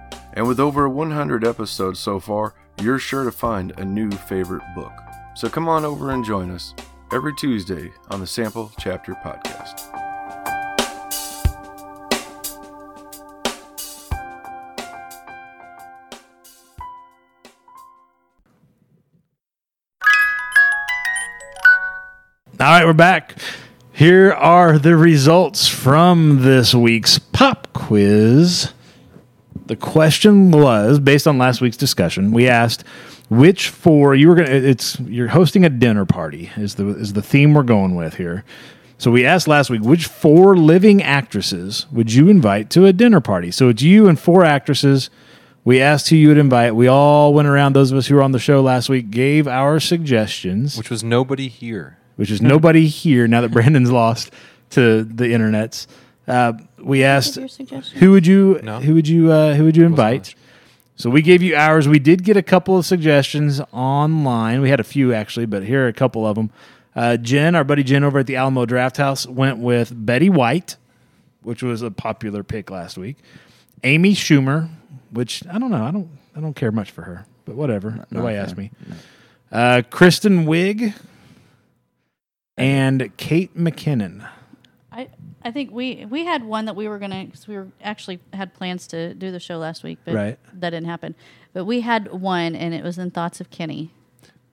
J: And with over 100 episodes so far, you're sure to find a new favorite book. So come on over and join us every Tuesday on the Sample Chapter Podcast.
B: All right, we're back. Here are the results from this week's pop quiz. The question was based on last week's discussion. We asked which four you were going to it's you're hosting a dinner party is the is the theme we're going with here. So we asked last week which four living actresses would you invite to a dinner party? So it's you and four actresses. We asked who you would invite. We all went around those of us who were on the show last week gave our suggestions
D: which was nobody here.
B: which is nobody here now that Brandon's lost to the internets. Uh, we asked
E: your suggestion?
B: who would you
D: No.
B: who would you uh, who would you invite? So we gave you ours. We did get a couple of suggestions online. We had a few actually, but here are a couple of them. Uh, Jen, our buddy Jen over at the Alamo Draft House, went with Betty White, which was a popular pick last week. Amy Schumer, which I don't know, I don't I don't care much for her, but whatever. Nobody asked me. Uh, Kristen Wiig, and Kate McKinnon.
E: I I think we we had one that we were gonna because we were actually had plans to do the show last week, but
B: Right.
E: that didn't happen. But we had one, and it was in thoughts of Kenny.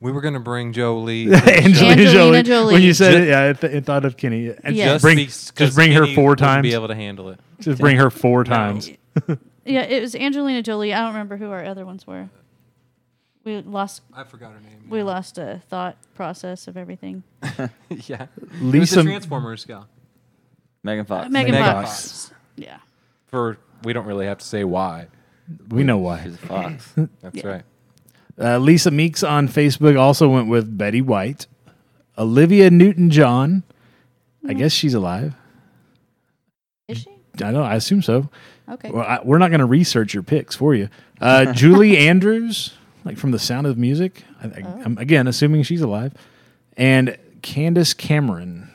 D: We were gonna bring Jolie.
E: Angelina Jolie. Jolie.
B: When you said it, yeah, I, th- I thought of Kenny. And
E: Yeah.
B: just bring,
D: because
B: just bring her
D: Kenny
B: four
D: wouldn't
B: times.
D: Be able to handle it.
B: just bring her four times.
E: Yeah, it was Angelina Jolie. I don't remember who our other ones were. We lost
D: I forgot her name.
E: we lost a thought process of everything.
D: yeah, it was
B: Lisa,
D: the Transformers gal.
F: Uh, Megan Fox.
E: Uh, Megan,
B: Megan
E: Fox. Yeah.
D: For we don't really have to say why.
B: we know why.
F: She's a fox.
D: That's
E: Yeah.
D: right.
B: Uh, Lisa Meeks on Facebook also went with Betty White, Olivia Newton John. I guess she's alive.
E: Is she?
B: I don't. I assume so.
E: Okay.
B: Well, I, we're not going to research your picks for you. Uh, Julie Andrews, like from The Sound of Music. I, I,
E: Oh.
B: am again, assuming she's alive. And Candace Cameron.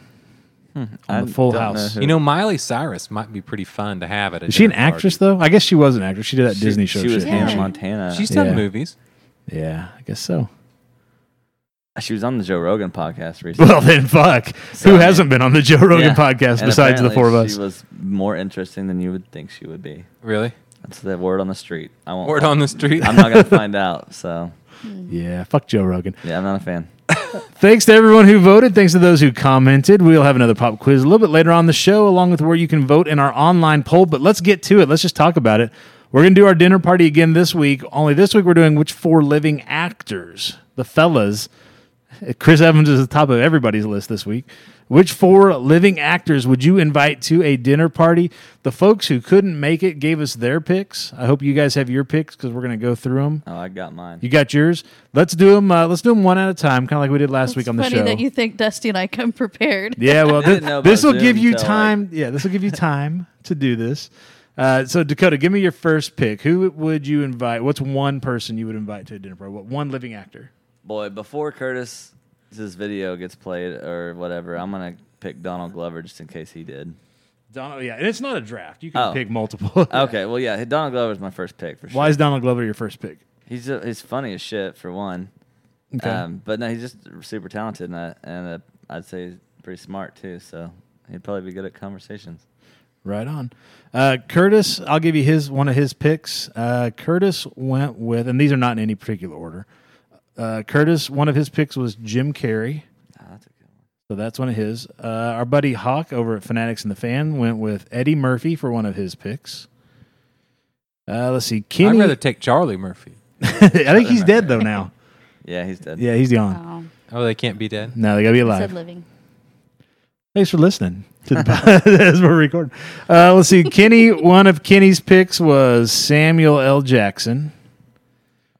F: I
B: the Full
F: don't
B: House.
F: who-
D: You know, Miley Cyrus might be pretty fun to have at a.
B: Is she an
D: dinner party.
B: actress, though? I guess she was an actress. She did that
F: she-
B: Disney show.
F: She was
B: shit,
E: Hannah
F: Hannah
B: didn't
F: Montana.
D: She's
F: She's,
D: done
B: Yeah.
D: movies.
B: she? Yeah, I guess so.
F: she was on the Joe Rogan podcast recently.
B: Well, then, fuck.
F: So,
B: Who hasn't been on the Joe Rogan
F: Yeah.
B: podcast
F: And
B: besides the
F: apparently
B: four of us?
F: She was more interesting than you would think she would be.
D: Really?
F: That's the word on the street. I won't.
D: Word on the street.
F: I'm not gonna find out. So
B: Yeah, fuck Joe Rogan.
F: yeah, I'm not a fan.
B: Thanks to everyone who voted. Thanks to those who commented. We'll have another pop quiz a little bit later on the show, along with where you can vote in our online poll. But let's get to it. Let's just talk about it. We're going to do our dinner party again this week. Only this week, we're doing which four living actors, the fellas. Chris Evans is at the top of everybody's list this week. Which four living actors would you invite to a dinner party? The folks who couldn't make it gave us their picks. I hope you guys have your picks because we're going to go through them.
F: Oh, I got mine.
B: You got yours. Let's do them. Uh, let's do them one at a time, kind of like we did last week
E: It's
B: on the
E: funny
B: show.
E: that you think Dusty and I come prepared.
B: yeah, well,
F: didn't know about
B: this will
F: Zoom
B: give you
F: till, like-
B: time. yeah, this will give you time to do this. Uh, so Dakota, give me your first pick. Who would you invite? What's one person you would invite to a dinner party? What one living actor?
F: Boy, before Curtis this video gets played or whatever, I'm gonna pick Donald Glover just in case he did.
B: Donald. Yeah, and it's not a draft. You can
F: Oh.
B: pick multiple.
F: Okay, well yeah, Donald Glover's my first pick for sure.
B: Why is Donald Glover your first pick?
F: He's ju- he's funny as shit for one.
B: Okay.
F: Um, but no, he's just super talented and, I, and uh, I'd say he's pretty smart too. So he'd probably be good at conversations.
B: Right on. Uh, Curtis, I'll give you his one of his picks. Uh, Curtis went with, and these are not in any particular order. Uh, Curtis, one of his picks was Jim Carrey.
F: Ah, that's a good one.
B: So that's one of his. Uh, our buddy Hawk over at Fanatics and the Fan went with Eddie Murphy for one of his picks. Uh, let's see,
D: I'd
B: Kenny.
D: rather take Charlie Murphy.
B: I think he's dead though now.
F: Yeah, he's dead.
B: Yeah, he's gone.
E: Oh,
D: Oh, they can't be dead.
B: No, they gotta be
E: I said
B: alive.
E: living.
B: Thanks for listening to the pod as we're recording. Uh, let's see. Kenny, one of Kenny's picks was Samuel L. Jackson.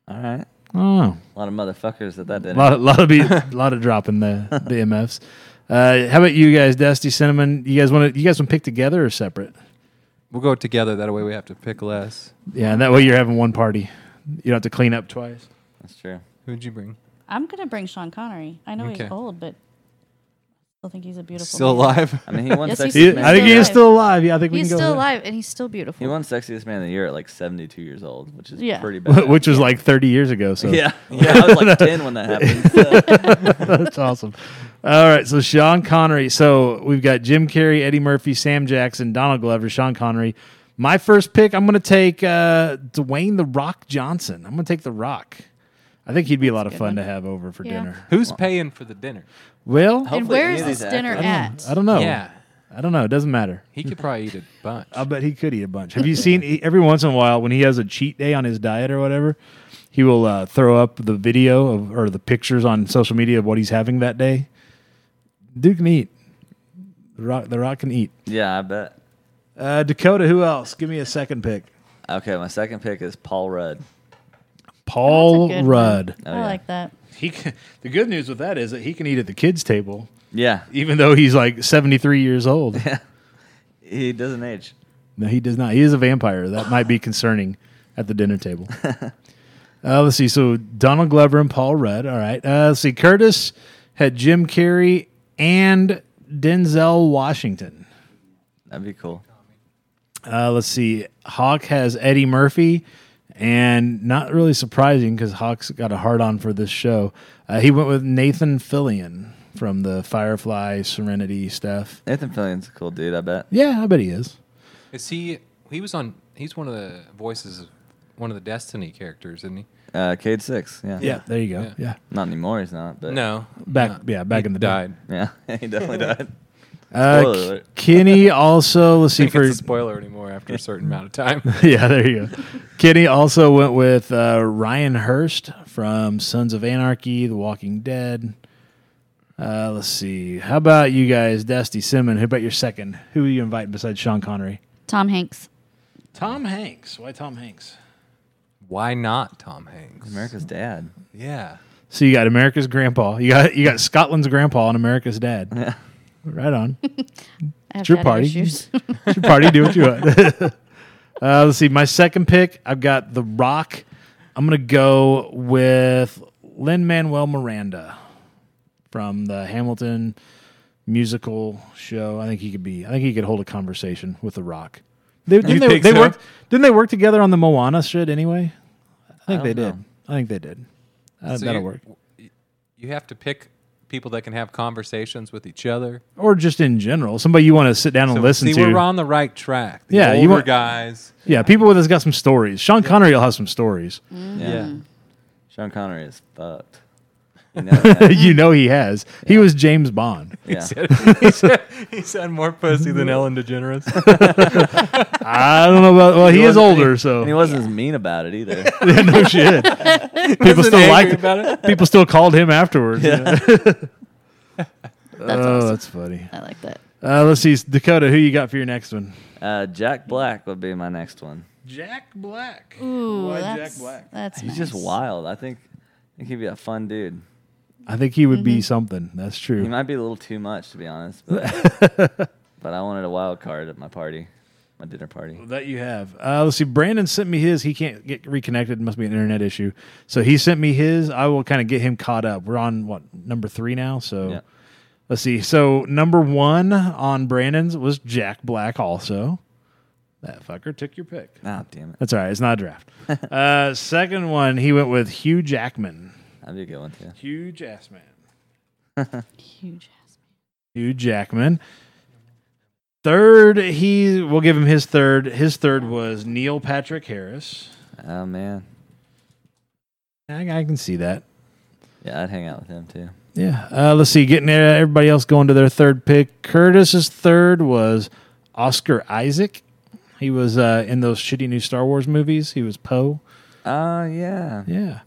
F: All right.
B: Oh.
F: A lot of motherfuckers at
B: A
F: that dinner.
B: lot, lot of be, lot of dropping the the MFs. Uh, how about you guys, Dusty Cinnamon? You guys want to you guys want to pick together or separate?
D: We'll go together. That way we have to pick less.
B: Yeah, and that way you're having one party. You don't have to clean up twice.
F: That's true.
D: Who'd you bring?
E: I'm gonna bring Sean Connery. I know
D: Okay.
E: he's old, but I still think he's a beautiful.
F: Still
E: man.
F: alive? I mean, he won
E: yes,
F: sex
E: he's
F: with
E: still
F: me. I think he is
E: alive.
B: still alive. Yeah, I think we
E: he's
B: can go
E: still
B: with that.
E: alive, and he's still beautiful.
F: He won Sexiest Man of the Year at like 72 years old, which is
E: Yeah.
F: pretty bad.
B: Which was like 30 years ago. So
F: Yeah. Yeah, I was like 10 when that happened, so.
B: That's awesome. All right, so Sean Connery. So we've got Jim Carrey, Eddie Murphy, Sam Jackson, Donald Glover, Sean Connery. My first pick, I'm going to take uh, Dwayne the Rock Johnson. I'm going to take the Rock. I think he'd be a lot of fun to have over for
E: Yeah.
B: dinner.
D: Who's paying for the dinner?
B: Well,
E: and where is this dinner
B: I don't,
E: at?
B: I don't know.
D: Yeah.
B: I don't know. It doesn't matter.
D: He could probably eat a bunch.
B: I bet he could eat a bunch. Have you seen he- every once in a while when he has a cheat day on his diet or whatever, he will uh, throw up the video of, or the pictures on social media of what he's having that day. Dude can eat. The Rock, the Rock can eat.
F: Yeah, I bet.
B: Uh, Dakota, who else? Give me a second pick.
F: Okay, my second pick is Paul Rudd.
B: Paul
E: good one.
B: Rudd.
F: Oh, I yeah. like
E: that.
B: He can, the good news with that is that he can eat at the kids' table,
F: Yeah,
B: even though he's like seventy three years old.
F: he doesn't age.
B: No, he does not. He is a vampire. That might be concerning at the dinner table. Uh, let's see. So Donald Glover and Paul Rudd. All right. Uh, let's see. Curtis had Jim Carrey and Denzel Washington.
F: That'd be cool.
B: Uh, let's see. Hawk has Eddie Murphy, and not really surprising because Hawk's got a hard on for this show. Uh, he went with Nathan Fillion from the Firefly Serenity stuff.
F: Nathan Fillion's a cool dude, I bet.
B: Yeah, I bet he is.
D: Is he? He was on. He's one of the voices of one of the Destiny characters, isn't he?
F: Uh, Cade Six, yeah.
B: Yeah, there you go. Yeah.
F: Not anymore, he's not. But
D: No.
B: Back, yeah, back in the day.
D: died.
F: Yeah, he definitely died.
B: Uh,
F: Spoiler
B: K-
F: alert.
B: Kenny also, let's see
D: Think
B: for
D: it's a spoiler anymore after a certain amount of time.
B: yeah, there you go. Kenny also went with uh, Ryan Hurst from Sons of Anarchy, The Walking Dead. Uh, let's see. How about you guys, Dusty Simmon? Who about your second? Who are you inviting besides Sean Connery?
E: Tom Hanks.
B: Tom Hanks. Why Tom Hanks?
D: Why not Tom Hanks?
F: America's Dad.
D: Yeah.
B: So you got America's grandpa. You got you got Scotland's grandpa and America's dad. Right on.
E: I have
B: It's your
E: daddy
B: party.
E: issues.
B: It's your party. Do what you want. uh, let's see. My second pick, I've got The Rock. I'm going to go with Lin Manuel Miranda from the Hamilton musical show. I think he could be, I think he could hold a conversation with The Rock. They, didn't, they,
D: think
B: they
D: so?
B: worked, didn't they work together on the Moana shit anyway? I think
F: I
B: they
F: don't
B: did. I think they did. Uh,
D: So
B: that'll
D: you-
B: work.
D: You have to pick people that can have conversations with each other.
B: Or just in general, somebody you want to sit down and
D: So,
B: listen
D: see,
B: to.
D: we're on the right track. The
B: Yeah,
D: older
B: you want-
D: guys.
B: Yeah, people with us got some stories. Sean Connery will have some stories.
D: Yeah.
F: Sean Connery is fucked. You know that.
B: you know he has. He was James Bond.
D: He,
F: Yeah.
D: said, he, said, he said more pussy than Ellen DeGeneres.
B: I don't know about. Well, he, is
F: wasn't-
B: older, so
F: And he wasn't as mean about it either.
B: yeah, no shit. people still
D: angry
B: liked.
D: about it.
B: People still called him afterwards.
E: That's
B: oh,
E: awesome.
B: that's funny.
E: I like that.
B: Uh, let's see, Dakota. Who you got for your next one?
F: Uh, Jack Black would be my next one.
B: Jack Black.
E: Ooh, that's that's
F: He's
E: nice.
F: just wild. I think, I think he'd be a fun dude.
B: I think he would be something. That's
F: He
B: true.
F: might be a little too much, to be honest. But, but I wanted a wild card at my party, my dinner party.
B: That you have. Uh, let's see. Brandon sent me his. He can't get reconnected. Must be an internet issue. So he sent me his. I will kind of get him caught up. We're on what number three now. So
F: Yeah.
B: let's see. So number one on Brandon's was Jack Black. Also, that fucker took your pick.
F: Ah, damn it.
B: That's all right. It's not a draft. uh, second one, he went with Hugh Jackman.
F: That'd be a good one too.
B: Hugh Jackman.
E: huge. ass.
B: Hugh Jackman. Third, he we'll give him his third. His third was Neil Patrick Harris.
F: Oh man,
B: I, I can see that.
F: yeah, I'd hang out with him too.
B: Yeah. Uh, let's see. Getting uh, everybody else going to their third pick. Curtis's third was Oscar Isaac. He was uh, in those shitty new Star Wars movies. He was Poe.
F: Oh yeah,
B: Yeah.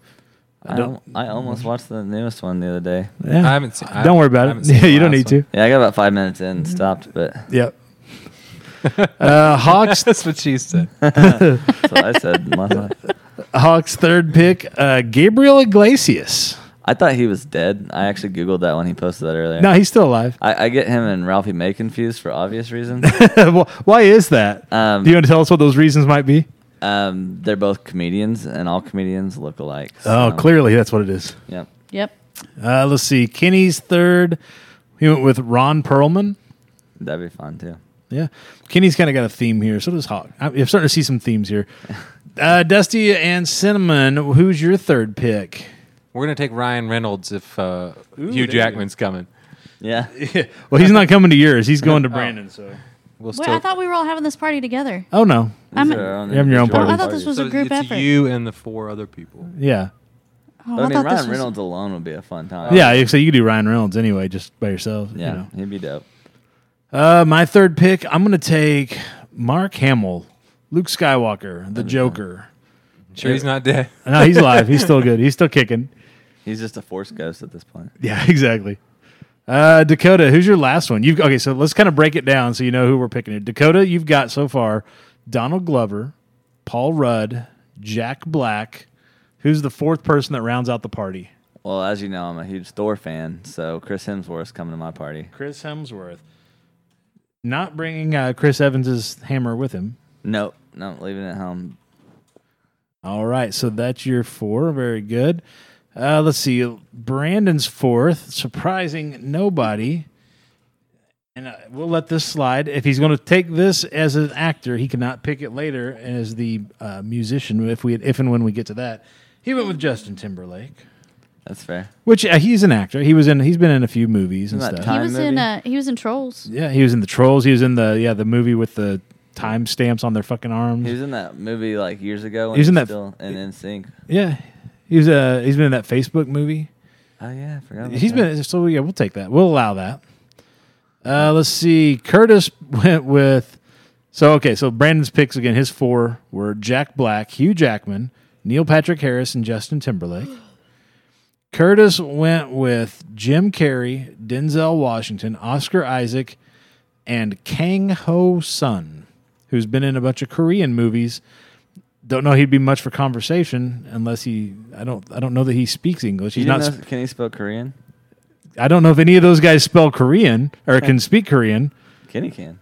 F: I,
B: don't-
F: don't, I almost watched the newest one the other day.
B: Yeah. I haven't seen- I- Don't worry about I it. haven't seen Yeah, the you don't last need one.
F: Yeah, I got about five minutes in, stopped, but
B: Yep. uh, Hawks. That's
D: what she said.
F: That's what I said in my life.
B: Hawks' third pick, uh, Gabriel Iglesias.
F: I thought he was dead. I actually googled that when he posted that earlier.
B: No, he's still alive.
F: I, I get him and Ralphie May confused for obvious reasons.
B: Well, Why is that?
F: Um,
B: Do you want to tell us what those reasons might be?
F: um, they're both comedians, and all comedians look alike.
B: Oh,
F: so-
B: clearly that's what it is.
F: Yep.
E: Yep.
B: Uh, let's see. Kenny's third. He went with Ron Perlman.
F: That'd be fun too.
B: Yeah. Kenny's kind of got a theme here. So does Hawk. I- I'm starting to see some themes here. Uh, Dusty and Cinnamon, who's your third pick?
D: We're gonna take Ryan Reynolds if uh,
B: Ooh,
D: Hugh
B: there you
D: Jackman's coming.
F: Yeah.
B: Well, he's not coming to yours. He's going to Brandon. So
D: we'll
E: Wait, I thought we were all having this party together.
B: Oh, no.
F: uh,
E: I'm-
B: You're having your own
E: Oh,
B: party.
E: I thought this was a group
D: it's
E: effort.
D: You and the four other people.
B: Yeah.
E: Oh, I
F: But, I, mean,
E: thought this
F: Ryan
E: was-
F: Reynolds alone would be a fun time.
B: Yeah. So you could do Ryan Reynolds anyway, just by yourself. you
F: Yeah,
B: know.
F: he'd be dope.
B: Uh, my third pick, I'm going to take Mark Hamill, Luke Skywalker, the Joker.
D: Sure, he's not dead.
B: No, he's live. He's still good. He's still kicking.
F: He's just a force ghost at this point.
B: Yeah, exactly. Uh, Dakota, who's your last one? You've okay. So let's kind of break it down so you know who we're picking here. Dakota, you've got so far Donald Glover, Paul Rudd, Jack Black. Who's the fourth person that rounds out the party?
F: Well, as you know, I'm a huge Thor fan, so Chris Hemsworth's coming to my party.
B: Chris Hemsworth. Not bringing uh, Chris Evans's hammer with him.
F: Nope, no, leaving it at home.
B: All right, so that's your four. Very good. Uh, let's see. Brandon's fourth, surprising nobody. And uh, we'll let this slide. If he's going to take this as an actor, he cannot pick it later as the uh, musician. If we, if and when we get to that, he went with Justin Timberlake,
F: That's fair.
B: which uh, he's an actor. He was in. He's been in a few movies and
F: Isn't that
B: stuff.
E: He
F: Time
E: was in.
F: movie?
E: Uh, he was in Trolls.
B: yeah, he was in the Trolls. He was in the yeah the movie with the time stamps on their fucking arms.
F: He was in that movie like years ago. When
B: He was in that-
F: still in sync.
B: yeah, he was. Uh, he's been in that Facebook movie.
F: Oh yeah, I forgot. About
B: He's
F: that.
B: been so yeah. We'll take that. We'll allow that. Uh, let's see. Curtis went with so okay. So Brandon's picks again. His four were Jack Black, Hugh Jackman, Neil Patrick Harris, and Justin Timberlake. Curtis went with Jim Carrey, Denzel Washington, Oscar Isaac, and Kang Ho Sun, who's been in a bunch of Korean movies. Don't know he'd be much for conversation unless he. I don't. I don't know that he speaks English.
F: You
B: He's
F: didn't
B: not.
F: know- can he spell Korean?
B: I don't know if any of those guys spell Korean or can speak Korean.
F: Kenny can.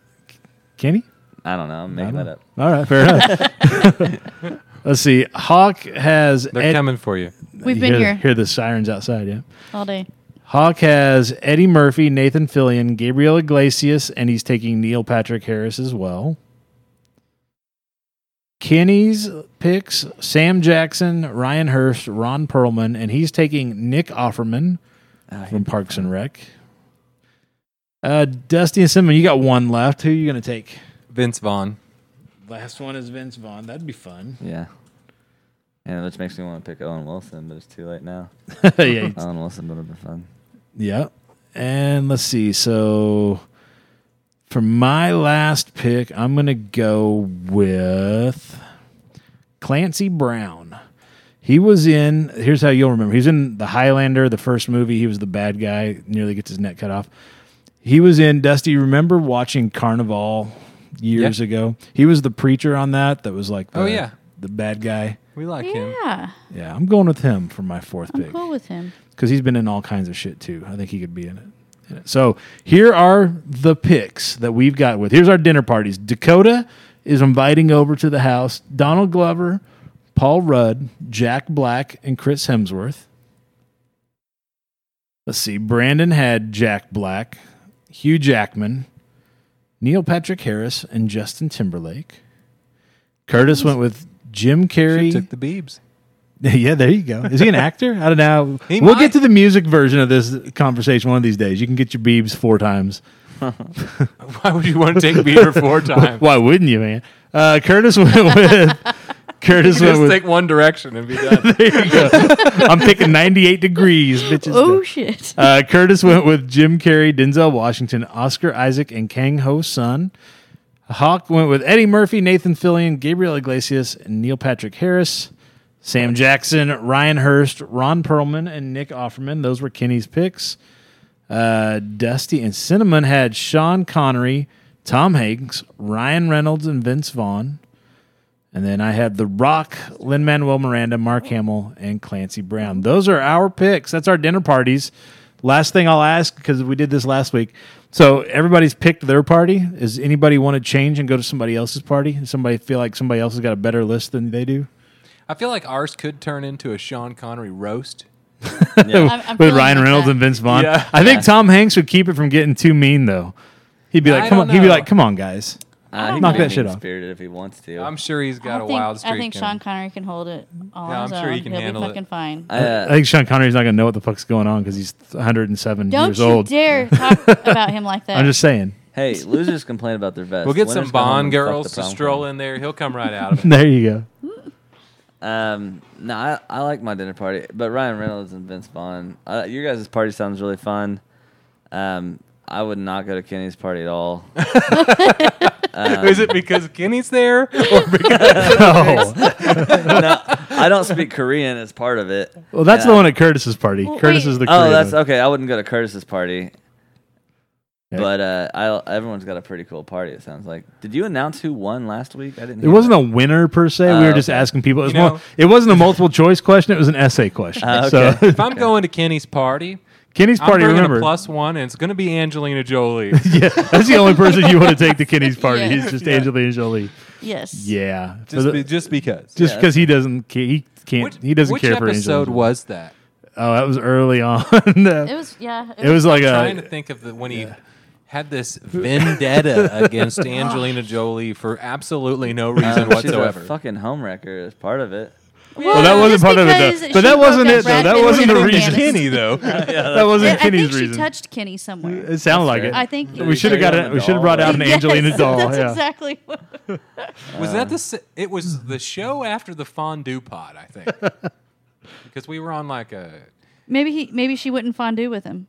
B: Can he?
F: I don't know. I'm
B: I
F: making
B: don't
F: that up.
B: know. All right, fair enough. Let's see. Hawk has.
D: They're coming for you.
E: We've been
B: hear,
E: here.
B: Hear the sirens outside, yeah.
E: All day.
B: Hawk has Eddie Murphy, Nathan Fillion, Gabriel Iglesias, and he's taking Neil Patrick Harris as well. Kenny's picks Sam Jackson, Ryan Hurst, Ron Perlman, and he's taking Nick Offerman from Parks and Rec. Uh, Dusty and Simon, you got one left. Who are you going to take?
D: Vince Vaughn.
B: Last one is Vince Vaughn. That'd be fun.
F: Yeah. And which makes me want to pick Owen Wilson, but it's too late now.
B: Yeah.
F: Owen Wilson would have been fun.
B: Yeah. And let's see. So for my last pick, I'm going to go with Clancy Brown. He was in, here's how you'll remember. He was in The Highlander, the first movie. He was the bad guy, nearly gets his neck cut off. He was in, Dusty, remember watching Carnival years ago? He was the preacher on that, that was like the,
D: Oh, yeah.
B: the bad guy.
D: We like him.
E: Yeah,
B: Yeah, I'm going with him for my 4th
E: I'm
B: pick
E: cool with him.
B: because he's been in all kinds of shit too. I think he could be in it. in it. So here are the picks that we've got with. Here's our dinner parties. Dakota is inviting over to the house Donald Glover, Paul Rudd, Jack Black, and Chris Hemsworth. Let's see. Brandon had Jack Black, Hugh Jackman, Neil Patrick Harris, and Justin Timberlake. Curtis went with Jim Carrey.
D: She took the Beebs.
B: Yeah, there you go. Is he an actor? I don't know.
D: He
B: we'll
D: might.
B: get to the music version of this conversation one of these days. You can get your beebs four times.
D: Why would you want to take Bieber four times?
B: Why wouldn't you, man? Uh, Curtis went with Curtis went
D: Just
B: with.
D: take one direction and be done.
B: there you go. I'm picking 98 degrees, bitches.
E: Oh shit.
B: Uh, Curtis went with Jim Carrey, Denzel Washington, Oscar Isaac, and Kang Ho Sun. Hawk went with Eddie Murphy, Nathan Fillion, Gabriel Iglesias, and Neil Patrick Harris. Sam Jackson, Ryan Hurst, Ron Perlman, and Nick Offerman. Those were Kenny's picks. Uh, Dusty and Cinnamon had Sean Connery, Tom Hanks, Ryan Reynolds, and Vince Vaughn. And then I had The Rock, Lin Manuel Miranda, Mark Hamill, and Clancy Brown. Those are our picks. That's our dinner parties. Last thing I'll ask because we did this last week. So everybody's picked their party. Does anybody want to change and go to somebody else's party? Does somebody feel like somebody else has got a better list than they do?
D: I feel like ours could turn into a Sean Connery roast.
B: With
E: I'm- I'm feeling
B: Ryan
E: like
B: Reynolds
E: that.
B: and Vince Vaughn.
D: Yeah.
B: I think
D: Yeah.
B: Tom Hanks would keep it from getting too mean though. He'd be
D: I
B: like, "Come on,"
D: don't
B: he'd be
D: know.
B: like, "Come on, guys,
F: Uh, he
B: knock
F: can be
B: that shit off."
F: Spirited if he wants to.
D: I'm sure he's
E: I
D: got a
E: think,
D: wild streak.
E: I think Sean Connery can hold it all
D: Yeah,
E: on his
D: I'm sure he
E: own.
D: can
E: He'll
D: handle
E: be
D: it.
E: fucking fine.
F: I, uh,
B: I think Sean Connery's not gonna know what the fuck's going on because he's 107
E: Don't
B: years
E: you
B: old.
E: dare talk about him like that.
B: I'm just saying.
F: hey, losers complain about their vest.
D: We'll get
F: Winners
D: some
F: come home
D: Bond
F: and fuck
D: girls
F: the
D: to
F: prom
D: stroll
F: queen.
D: in there. He'll come right out of it.
B: There you go.
F: Um, no, I, I like my dinner party, but Ryan Reynolds and Vince Vaughn. Uh, your guys' party sounds really fun. Um, I would not go to Kenny's party at all.
D: Is it because Kenny's there?
B: Oh,
F: no, I don't speak Korean as part of it.
B: well, that's
F: Yeah.
B: the one at Curtis's party.
E: Well,
B: Curtis
E: wait.
B: is the
F: Oh,
B: Korean
F: that's
B: one.
F: okay. I wouldn't go to Curtis's party.
B: Yeah.
F: But uh, I, everyone's got a pretty cool party. It sounds like. Did you announce who won last week? I didn't.
B: It wasn't a winner per se. we
F: Oh,
B: were just
F: okay.
B: asking people. It, was
D: You
B: more,
D: know-
B: it wasn't a multiple choice question. It was an essay question.
F: Ah, okay.
B: So
D: If I'm going to Kenny's party,
B: Kenny's
D: I'm
B: party.
D: bringing
B: Remember,
D: a plus one, and it's going to be Angelina Jolie.
B: yeah, that's the only person you want to take to Kenny's party.
E: Yeah.
B: It's just Angelina Jolie.
E: yes.
B: Yeah, So
D: just,
B: the-
D: be, just because.
B: just
F: Yeah.
B: because he doesn't, ca- he can't,
D: Which-
B: he doesn't
D: which
B: care for
D: episode
B: Angelina. Jolie.
D: was that?
B: Oh, that was early on.
E: It
B: it, was,
E: was yeah. It,
B: like
D: trying to
B: a.
D: think of the when he had this vendetta against Angelina Jolie for absolutely no reason
F: Um, she's a
D: whatsoever.
F: fucking homewrecker as part of it.
B: Well, that wasn't part of it, though. But that wasn't it, though. That wasn't the reason.
D: Kenny though.
B: That wasn't
E: I think
B: Kenny's
E: she
B: reason.
E: touched Kenny somewhere.
B: It sounded like it.
E: I think
B: we should have got it. We should have brought out an
E: Yes,
B: Angelina doll.
E: That's
B: yeah.
E: exactly what.
D: Was
F: Um,
D: that the? s- It was the show after the fondue pod, I think, because we were on like a.
E: Maybe he. Maybe she wouldn't fondue with him.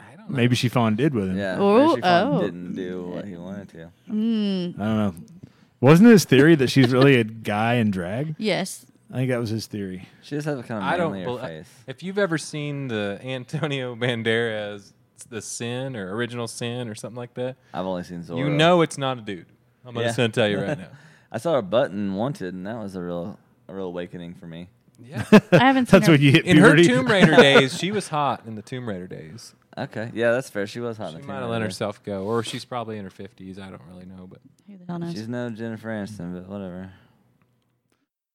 D: I don't know.
B: Maybe she fonded with him.
F: Yeah.
E: Oh,
F: she fucking
E: oh.
F: didn't do what he wanted to.
B: I don't know. Wasn't his theory that she's really a guy in drag?
E: Yes.
B: I think that was his theory.
F: She just has a kind
D: I
F: of
D: don't.
F: manlier
D: bel-
F: face.
D: If you've ever seen the Antonio Banderas, the Sin or Original Sin or something like that,
F: I've only seen Zorro.
D: you know it's not a dude. I'm
F: Yeah.
D: just gonna tell you right now.
F: I saw her button wanted, and that was a real, a real awakening for me.
D: Yeah.
E: I haven't seen
B: That's
E: her.
B: when you hit
D: In her
B: puberty.
D: Tomb Raider days, she was hot. In the Tomb Raider days,
F: Okay, yeah, that's fair. She was hot. in
D: she
F: the
D: might have
F: camera
D: let
F: there.
D: herself go, or she's probably in her 50s. I don't really know, but
F: Oh,
E: Who the hell knows?
F: She's no Jennifer Aniston, but whatever.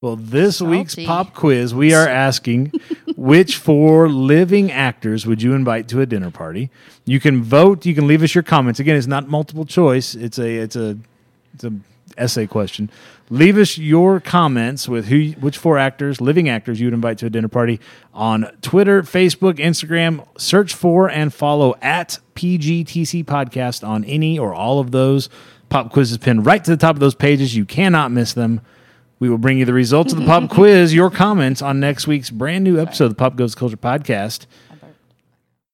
B: Well, this week's
E: Salty.
B: pop quiz, we are asking which four living actors would you invite to a dinner party? You can vote. You can leave us your comments. Again, it's not multiple choice. It's a it's a it's a essay question. Leave us your comments with who, which four actors, living actors, you would invite to a dinner party on Twitter, Facebook, Instagram. Search for and follow at PGTC Podcast on any or all of those. Pop quizzes pinned right to the top of those pages. You cannot miss them. We will bring you the results of the pop quiz, your comments on next week's brand new episode of the Pop Goes Culture podcast.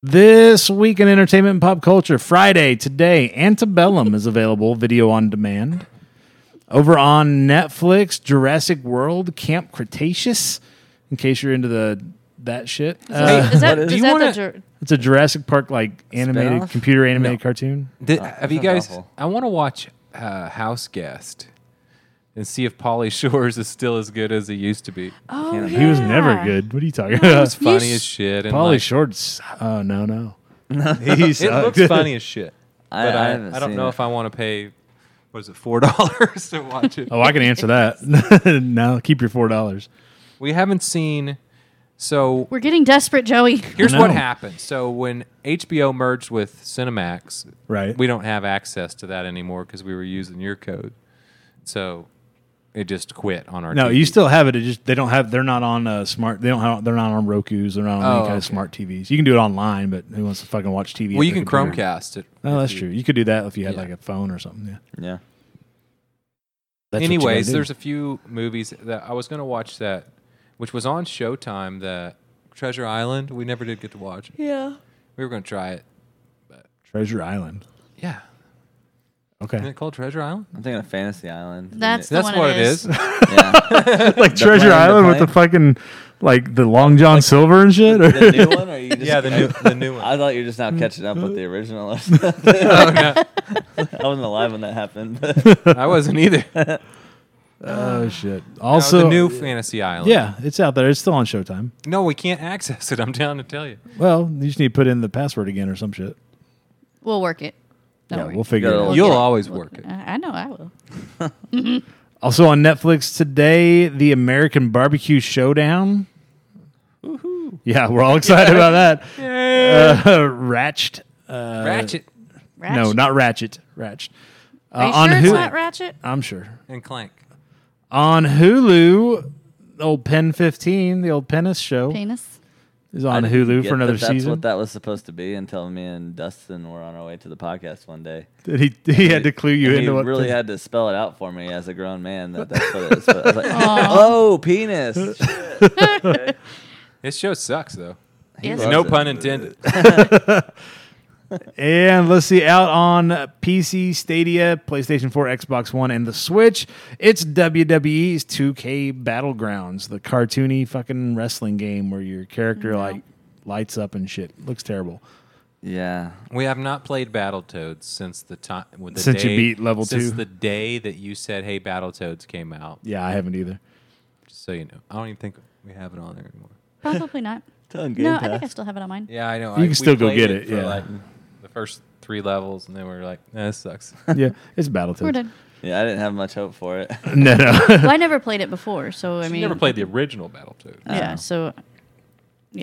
B: This week in entertainment and pop culture, Friday, today, Antebellum is available video on demand. Over on Netflix, Jurassic World, Camp Cretaceous, in case you're into the that shit. Uh,
E: is that,
F: what is-
E: is
D: you
E: that
D: wanna-
E: the jur-
B: it's a Jurassic Park like animated,
F: Spinoff?
B: computer animated cartoon.
D: Did, have you
F: that sounds
D: guys?
F: awful.
D: I want to watch uh, House Guest and see if Polly Shores is still as good as he used to be.
E: Oh, yeah.
B: He was never good. What are you talking about?
D: It's funny
E: You
D: as shit. And
B: Polly
D: like,
B: Shorts. Oh, no, no. He
D: It
B: sucked.
D: looks funny as shit.
F: I,
D: But
F: I,
D: I,
F: haven't
D: I, don't
F: seen
D: know
F: it.
D: if I want to pay. What is it? Four dollars to watch it.
B: Oh, I can answer that. no, keep your four dollars.
D: We haven't seen. So
E: We're getting desperate, Joey.
D: here's
B: I
D: what
B: know.
D: happened. So when HBO merged with Cinemax,
B: Right.
D: We don't have access to that anymore because we were using your code. So it just quit on our.
B: No,
D: TV.
B: you still have it. It just they don't have. They're not on uh, smart. They don't. Have, they're not on Roku's. They're not on any
D: Oh,
B: kind of
D: okay.
B: smart TVs. You can do it online, but who wants to fucking watch TV?
D: Well,
B: at
D: you
B: their
D: can
B: computer?
D: Chromecast it.
B: No, that's
D: if you-
B: true. You could do that if you had
D: Yeah.
B: like a phone or something. Yeah.
F: Yeah.
B: That's what you gotta
D: Anyways,
B: do.
D: there's a few movies that I was going to watch that, which was on Showtime, that Treasure Island. We never did get to watch. it.
E: Yeah.
D: We were going to try it.
B: Treasure Island.
D: Yeah.
B: Okay.
D: Isn't it called Treasure Island?
F: I'm thinking of Fantasy Island.
E: That's the
D: That's
E: one
D: what
E: it
D: it
E: is.
D: is.
F: yeah.
B: like Treasure Island with the fucking like the Long John Silver and shit. Or?
F: the new one, or you just
D: Yeah, the new the new one.
F: I thought you were just now catching up with the original. Or something. I wasn't alive when that happened.
D: I wasn't either. No,
B: oh shit! Also,
D: the new Fantasy Island.
B: yeah, it's out there. It's still on Showtime.
D: No, we can't access it. I'm down to tell you.
B: Well, you just need to put in the password again or some shit.
E: We'll work it. Don't
B: yeah,
E: worry.
B: we'll figure it
F: Gotta
B: out.
F: look
D: You'll
E: yeah.
D: always work it.
E: I I know I will.
B: Also on Netflix today, the American Barbecue Showdown. Yeah, we're all excited about that. Uh, Ratchet. Uh,
D: Ratchet
E: Ratchet.
B: No, not Ratchet. Ratchet. Uh,
E: Are you
B: on
E: sure it's
B: Hulu-
E: not Ratchet?
B: I'm sure.
D: and Clank.
B: On Hulu, the old Pen 15, the old Penis show
E: Penis.
B: is on
F: I didn't
B: Hulu
F: get
B: for another
F: that that's
B: season.
F: what that was supposed to be until me and Dustin were on our way to the podcast one day.
B: he he had to clue you
F: And
B: into
F: he
B: what
F: really
B: the-
F: had to spell it out for me as a grown man. That that's what it is. But I was like, oh, penis.
D: This show sucks though.
E: Yes.
F: loves
D: No
F: it.
D: pun intended.
B: And let's see, out on PC, Stadia, PlayStation 4, Xbox One, and the Switch, it's WWE's 2K Battlegrounds, the cartoony fucking wrestling game where your character like lights up and shit. Looks terrible.
F: Yeah.
D: We have not played Battletoads since the time with the
B: Since you
D: day-
B: beat level
D: since
B: two.
D: the day that you said, "Hey, Battletoads came out."
B: Yeah, I haven't either.
D: Just so you know, I don't even think we have it on there anymore.
E: Probably not.
F: Done
E: no, I think I still have it on mine.
D: Yeah, I know.
B: You
D: I,
B: can still go
D: played
B: get it,
D: for
B: yeah.
D: like the first three levels, and then we were like, nah, "This sucks."
B: yeah, it's
E: We're
B: Battletoads.
E: done.
F: Yeah, I didn't have much hope for it.
B: No, no.
E: Well, I never played it before, so I
D: I
E: mean,
D: never played the original Battletoads,
B: uh,
E: Yeah, so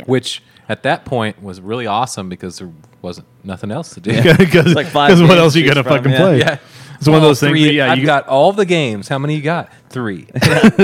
D: which at that point was really awesome because there wasn't nothing else to do.
B: Because
F: like five
B: what
F: games
B: else are you
F: to
B: gonna
F: choose from,
B: fucking
F: yeah.
B: play?
D: Yeah.
B: It's one of those things.
D: Three,
B: where, yeah,
D: I've
B: you,
D: got all the games. How many you got? Three.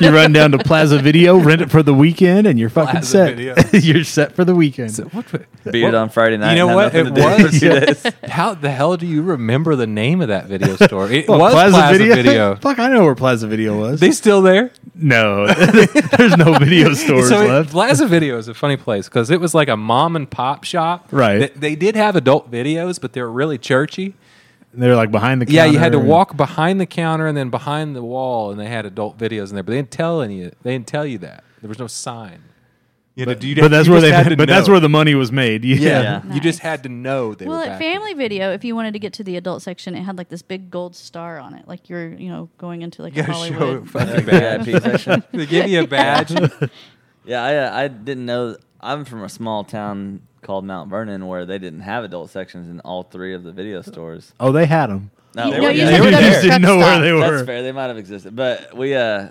B: you run down to Plaza Video, rent it for the weekend, and you're fucking
D: Plaza Video.
B: set. you're set for the weekend.
D: So what the-
F: Beat it on Friday night.
D: you know
F: and
D: what?
F: had
D: It
F: nothing to do for
D: was.
F: two days.
D: How the hell do you remember the name of that video store? It
B: Fuck,
D: was Plaza, Video.
B: Fuck, I know where Plaza Video was.
D: They still there?
B: No, there's no video stores
D: So it-
B: left.
D: Plaza Video is a funny place because it was like a mom and pop shop.
B: Right.
D: They, they did have adult videos, but they were really churchy.
B: They're like behind the counter.
D: Yeah, you had to
B: and-
D: walk behind the counter and then behind the wall, and they had adult videos in there, but they didn't tell any. They didn't tell you that there was no sign. You know,
B: But,
D: you
B: but
D: had-
B: that's
D: you
B: where
D: just
B: they.
D: had to
B: But that's
D: know.
B: where the money was made. Yeah.
D: Yeah,
F: Yeah.
D: you just
E: Nice.
D: had to know they
E: well,
D: were
E: at
D: back
E: Family Video, if you wanted to get to the adult section, it had like this big gold star on it, like you're, you know, going into like
D: You
E: a
D: gotta show
E: Hollywood.
D: fucking
F: Yeah,
D: badge.
F: VIP section.
D: they give you a badge.
F: Yeah, I, uh, I didn't know. I'm from a small town called Mount Vernon where they didn't have adult sections in all three of the video stores.
B: Oh, they had them.
E: You-
F: they
E: no,
F: were-
E: you just
F: yeah, they
E: had
F: were
E: to go to
F: there.
E: the
B: just didn't
E: truck
B: know where
E: stop.
B: they
F: That's
B: were.
F: fair. They might have existed, but we, uh,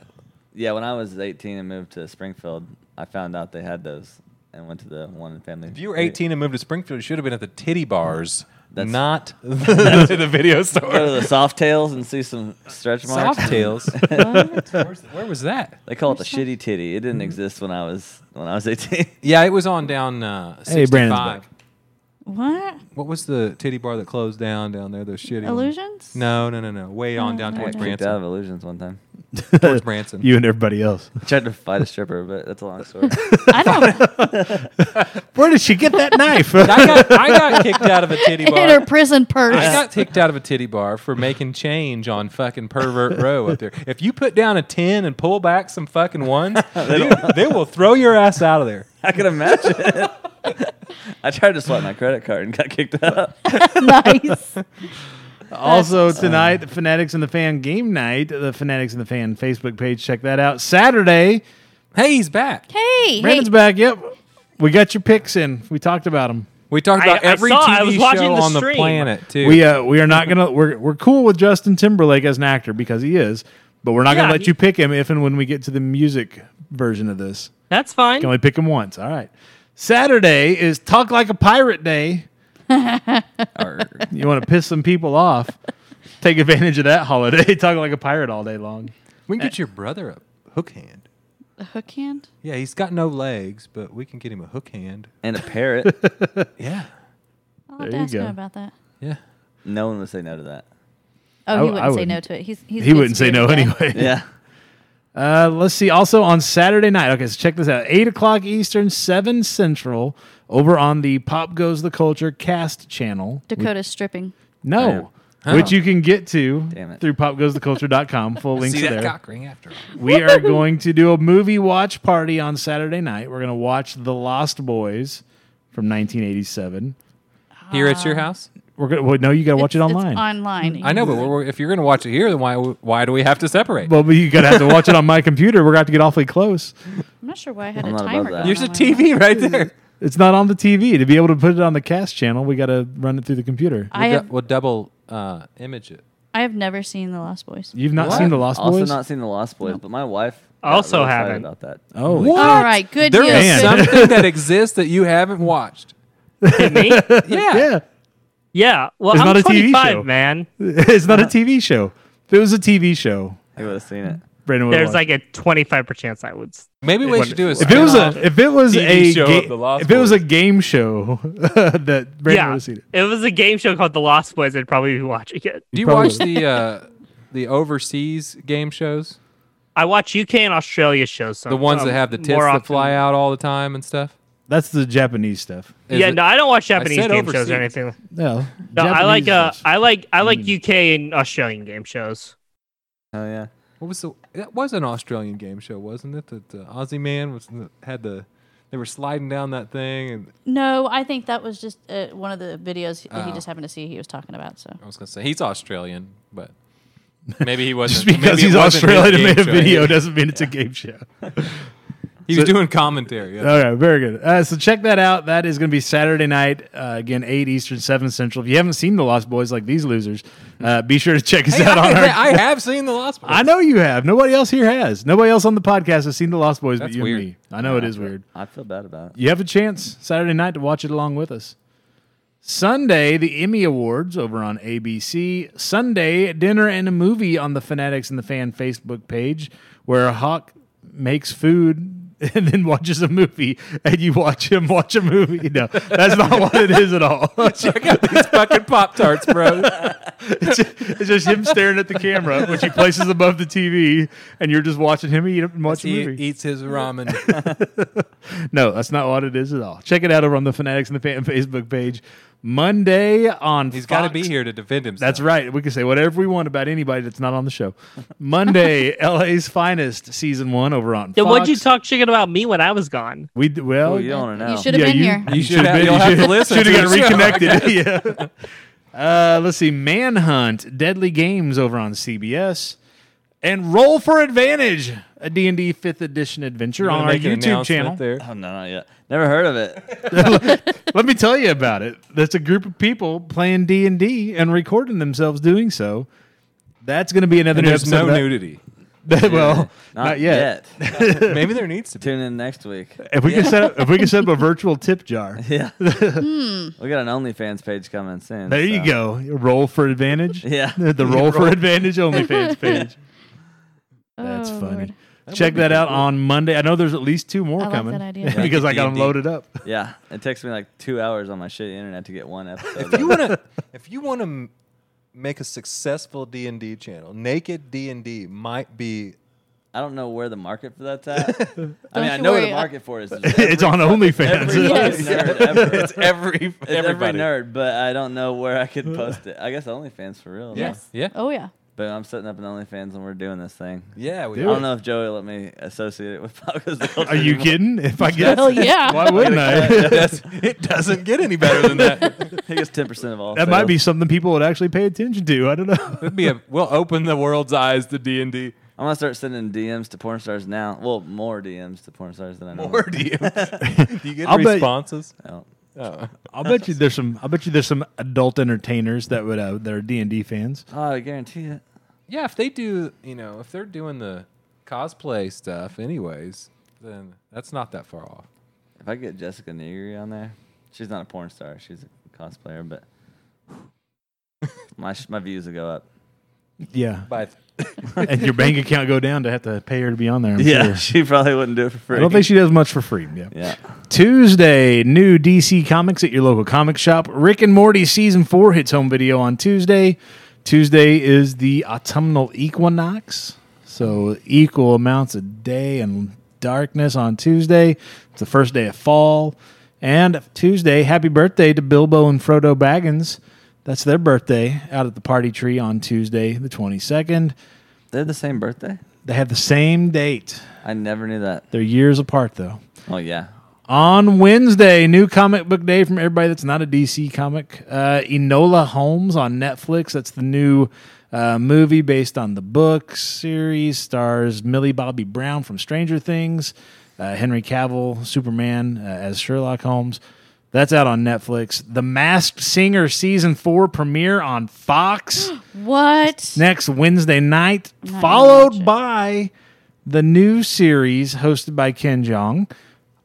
F: yeah, when I was 18 and moved to Springfield, I found out they had those and went to the one in family.
D: If you were 18 and moved to Springfield, you should have been at the titty bars,
F: That's-
D: not the, the video
F: go to
D: store.
F: the soft tails and see some stretch marks.
D: Soft tails. Where's- where was that?
F: They call it the shitty titty. It didn't exist when I was when I was 18.
D: Yeah, it was on down uh, 65.
B: Hey, Brandon's back.
E: What
D: What was the titty bar that closed down down there? The shitty one?
E: illusions?
D: No, no, no, no. Way on
E: Oh,
D: down
E: okay.
D: towards
E: Kicked
F: Kicked out of
D: Branson.
F: illusions one time.
D: Towards Branson.
B: You and everybody else.
F: Tried to fight a stripper, but that's a long story.
E: I don't.
B: Where did she get that knife?
D: I got I got kicked out of a titty
E: in
D: bar.
E: her prison purse.
D: I got kicked out of a titty bar for making change on fucking pervert row up there. If you put down a ten and pull back some fucking ones, dude, they will throw your ass out of there.
F: I can imagine. I tried to swipe my credit card and got kicked out.
E: nice.
B: Also tonight, Fanatics and the Fan game night. The Fanatics and the Fan Facebook page. Check that out. Saturday,
D: Hey, he's back.
E: Hey, hey.
B: Brandon's back. Yep, we got your picks in. We talked about them.
D: We talked about
C: I- I
D: every
C: saw- I
D: TV
C: was
D: show
C: watching the
D: on the
C: stream.
D: planet too.
B: We uh, we are not gonna we're we're cool with Justin Timberlake as an actor because he is, but we're not gonna
C: Yeah,
B: let
C: he-
B: you pick him if and when we get to the music version of this.
C: That's
B: You
C: fine.
B: can only pick him once. All right. Saturday is Talk Like a Pirate Day. you want to piss some people off? Take advantage of that holiday. Talk like a pirate all day long.
D: we can get your brother a hook hand.
E: A hook hand.
D: Yeah, he's got no legs, but we can get him a hook hand.
F: And a parrot.
D: Yeah,
E: I'll
B: There
E: have to
B: you
E: ask
B: go.
E: him about that.
D: yeah.
F: No one would say no to that.
E: Oh,
B: I-
E: he
B: I
E: wouldn't say no
B: wouldn't.
E: to it. He's, he's
B: He wouldn't say no
E: good spirited guy.
B: anyway.
F: Yeah.
B: Uh, let's see. Also on Saturday night. Okay, so check this out. Eight o'clock Eastern, seven Central, over on the Pop Goes the Culture cast channel.
E: Dakota's stripping.
B: No. Huh. Which you can get to through popgoestheculture.com. Full links
D: See that
B: there.
D: cock ring after all.
B: We are going to do a movie watch party on Saturday night. We're going to watch The Lost Boys from 1987.
D: Here at your house?
B: We're gonna, well, no, you got to watch it online.
E: online.
D: I know, but we're, if you're going to watch it here, then why why do we have to separate?
B: well, but you got to have to watch it on my computer. We're going to have to get awfully close.
E: I'm not sure why I had
D: I'm
E: a
D: not above
E: timer.
D: that.
E: going
D: Here's
E: on
D: a
E: my
D: TV
E: phone.
D: right there.
B: It's not on the TV. To be able to put it on the cast channel, we got to run it through the computer.
E: I
D: we'll,
E: have-
D: we'll double uh, image it.
E: I have never seen The Lost Boys.
B: You've not seen The Lost
F: also
B: Boys?
F: not seen the Lost Boys, but my wife got
C: Also
F: really excited
C: haven't.
F: about that.
B: Oh,
E: All right, good
D: There
E: deal.
D: is
E: good deal.
D: something that exists that you haven't watched.
C: Me?
D: Yeah.
B: yeah.
C: Yeah. Well,
B: It's
C: I'm
B: not a TV
C: 25,
B: show.
C: man.
B: it's not a TV show. If it was a TV show,
F: I would have seen it.
B: Brandon would
C: There's like a 25% chance I would.
D: Maybe we should do a
B: if it was
D: spin-off.
B: a if it was
D: TV
B: a
D: uh, show
B: ga-
D: of The Lost
B: if it was a game show that Brandon would
C: yeah.
B: have seen it.
C: It was a game show called The Lost Boys. I'd probably be watching it.
D: Do you
B: Probably.
D: watch the uh, the overseas game shows?
C: I watch UK and Australia shows.
D: The ones that have the tits that fly out all the time and stuff?
B: That's the Japanese stuff.
D: Is
C: yeah,
D: it-
C: no, I don't watch
D: I
C: Japanese
D: said
C: game shows
D: overseas.
C: or anything.
B: No,
C: No, I
B: Japanese Hmm.
C: like uh,
B: stuff.
C: I like I like UK and Australian game shows.
F: Oh yeah.
D: What was the? That was an Australian game show, wasn't it? That the Aussie man was in the- had the. They were sliding down that thing, and
E: No, I think that was just uh, one of the videos that he
D: Oh.
E: just happened to see. He was talking about so.
D: I was gonna say he's Australian, but maybe he wasn't.
B: just because
D: maybe it
B: he's
D: wasn't his
B: Australian and
D: game
B: made a
D: show.
B: video doesn't mean it's a game show.
D: He was doing commentary. yeah.
B: All right, very good. Uh, so check that out. That is going to be Saturday night uh, again, eight Eastern, seven Central. If you haven't seen The Lost Boys like these losers, uh, be sure to check us
D: Hey,
B: out
D: I,
B: on our.
D: I have seen the Lost Boys.
B: I know you have. Nobody else here has. Nobody else on the podcast has seen The Lost Boys
D: That's
B: but you
D: weird.
B: and me. I know it is weird.
F: I feel bad about it.
B: You have a chance Saturday night to watch it along with us. Sunday, the Emmy Awards over on ABC. Sunday, dinner and a movie on the Fanatics and the Fan Facebook page, where Hawk makes food and then watches a movie, and you watch him watch a movie. No, that's not what it is at all. It's ju-
D: Check out these fucking Pop Tarts, bro.
B: it's just, him staring at the camera, which he places above the TV, and you're just watching him eat and watch a
D: he
B: movie.
D: eats his ramen.
B: No, that's not what it is at all. Check it out over on the Fanatics and the Fan Facebook page. Monday on
D: He's got to
B: Fox-
D: be here to defend himself.
B: That's right. We can say whatever we want about anybody that's not on the show. Monday, LA's Finest season one over on.
C: Then what'd you
B: Fox.
C: talk shit about me when I was gone?
B: We d- well,
F: Oh, you don't want to know.
E: You should have been here.
D: You should have- you'll have to listen
B: Should
D: to
B: have got
D: the show.
B: reconnected. yeah. Uh, let's see. Manhunt, Deadly Games over on CBS, and Roll for Advantage, a D and D fifth edition adventure
D: You're
B: on
D: gonna
B: our
D: make an
B: YouTube
D: announcement
B: channel.
D: There.
F: Oh no, not yet. Never heard of it.
B: Let me tell you about it. That's a group of people playing D and D and recording themselves doing so. That's going to be another
D: And
B: new
D: there's
B: episode
D: no
B: of that.
D: nudity.
B: well,
F: Not,
B: not, yet.
F: yet.
D: Maybe there needs to be.
F: Tune in next week.
B: If we can set up, if we can set up a virtual tip jar,
F: Yeah. We got an OnlyFans page coming soon.
B: there you
F: so.
B: go. Roll for advantage.
F: Yeah.
B: the the roll for advantage OnlyFans page. That's
E: Oh,
B: funny.
E: Lord.
B: Check that out on Monday. I know there's at least two more
E: I like
B: coming
E: that idea. Yeah.
B: because I got them
D: D&D.
B: loaded up.
F: Yeah. It takes me like two hours on my shitty internet to get one episode.
D: If you
F: up.
D: want to, if you want to make a successful D and D channel, naked D and D might be.
F: I don't know where the market for that's at. I mean, I
E: you
F: know where
E: worry,
F: the
E: I-
F: market for it is.
B: it's on
F: Every
B: OnlyFans.
F: fucking nerd ever. It's
D: every
F: every nerd, but I don't know where I could post it. I guess OnlyFans for real. though.
D: Yeah. Yeah.
E: Oh yeah.
F: But I'm setting up an OnlyFans and we're doing this thing.
D: Yeah. We
F: I don't know if Joey let me associate it with Paco's.
B: Are you kidding? If I guess,
E: Hell yeah.
B: why wouldn't I?
D: That's- it doesn't get any better than that.
F: He gets ten percent of all.
B: That might be
F: sales.
B: something people would actually pay attention to. I don't know.
D: It'd be a, we'll open the world's eyes to D and D.
F: I'm gonna start sending DMs to porn stars now. Well, more DMs to porn stars than I know.
D: Or do you? do you get
B: I'll bet-
D: responses?
F: Oh.
D: Oh.
B: I'll bet you there's some. I bet you there's some adult entertainers that would uh, that are D and D fans.
F: Oh, I guarantee it.
D: Yeah, if they do, you know, if they're doing the cosplay stuff, anyways, then that's not that far off.
F: If I get Jessica Negri on there, she's not a porn star. She's a cosplayer, but my sh- my views will go up.
B: Yeah,
D: But
B: and your bank account go down to have to pay her to be on there. I'm sure.
F: she probably wouldn't do it for free.
B: I don't think she does much for free. Yeah.
F: Yeah.
B: Tuesday, new DC comics at your local comic shop. Rick and Morty season four hits home video on Tuesday. Tuesday is the autumnal equinox, so equal amounts of day and darkness on Tuesday. It's the first day of fall, and Tuesday, happy birthday to Bilbo and Frodo Baggins. That's their birthday out at the party tree on Tuesday, the 22nd.
F: They're the same birthday?
B: They have the same date.
F: I never knew that.
B: They're years apart, though.
F: Oh, yeah.
B: On Wednesday, new comic book day from everybody that's not a DC comic. Uh, Enola Holmes on Netflix. That's the new uh, movie based on the book series. Stars Millie Bobby Brown from Stranger Things, uh, Henry Cavill, Superman uh, as Sherlock Holmes. That's out on Netflix. The Masked Singer season four premiere on Fox
E: What?
B: next Wednesday night, followed by the new series hosted by Ken Jong.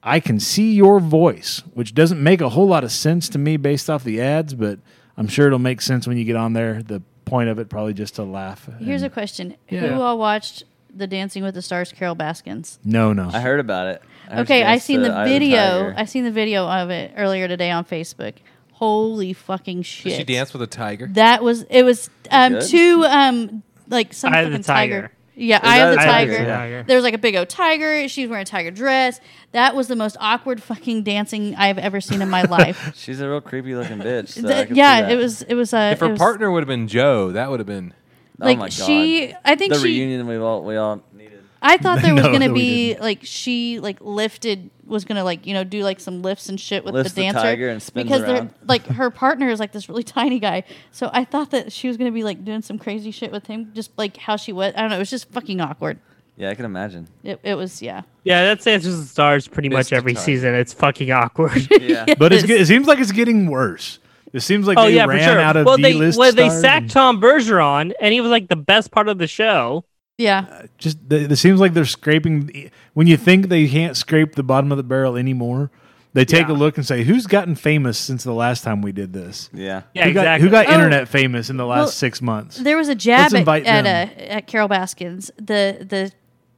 B: I can see your voice, which doesn't make a whole lot of sense to me based off the ads, but I'm sure it'll make sense when you get on there. The point of it probably just to laugh.
E: Here's a
B: And-
E: question.
B: Yeah.
E: Who all watched the Dancing with the Stars Carol Baskins?
B: no, no.
F: I heard about it. I heard
E: Okay,
F: she
E: I
F: danced
E: seen
F: to
E: the
F: Eye of
E: video.
F: Tiger.
E: I seen the video of it earlier today on Facebook. Holy fucking shit.
D: Did she dance with a tiger?
E: That was it was um
F: Good.
E: two um like some
C: Eye of the
E: fucking
C: Tiger.
E: tiger. Yeah,
F: Eye
E: Eye of
F: of
E: the
F: the
E: Tiger.
F: Tiger,
C: yeah.
E: There was like a big old tiger. She was wearing a tiger dress. That was the most awkward fucking dancing I've ever seen in my life.
F: She's a real creepy looking bitch. so I
E: Th-
F: can see
E: yeah,
F: that.
E: it was it was uh,
D: If her
E: it was-
D: partner would have been Joe, that would have been.
F: Oh
E: like
F: my God.
E: she I think
F: the
E: she
F: reunion we all we all needed.
E: I thought there was
B: No,
E: gonna
B: we
E: be like she like lifted was gonna like you know do like some lifts and shit with
F: Lifts
E: the
F: the
E: dancer
F: tiger and spins
E: because
F: around.
E: they're like her partner is like this really tiny guy, so I thought that she was gonna be like doing some crazy shit with him, just like how she was. I don't know. It was just fucking awkward.
F: Yeah, I can imagine.
E: It, it was yeah.
C: Yeah, that's Answers to the Stars pretty much
D: Mr.
C: every
D: Tiger.
C: season. It's fucking awkward.
F: Yeah.
B: but it's,
E: Yes.
B: get- it seems like it's getting worse. It seems like
C: oh
B: they
C: yeah,
B: ran
C: for sure.
B: out of
C: well, they
B: D-list
C: well, they
B: stars
C: sacked
B: and
C: Tom Bergeron, and he was like the best part of the show.
E: Yeah,
B: just they- it seems like they're scraping. When you think they can't scrape the bottom of the barrel anymore, they take a
C: Yeah.
B: look and say, "Who's gotten famous since the last time we did this?"
F: Yeah.
C: Yeah,
B: who got,
C: exactly.
B: Who got
E: Oh.
B: internet famous in the last
E: Well,
B: six months?
E: there was a
B: Let's
E: jab at
B: invite
E: at,
B: them.
E: uh, at Carol Baskins, the the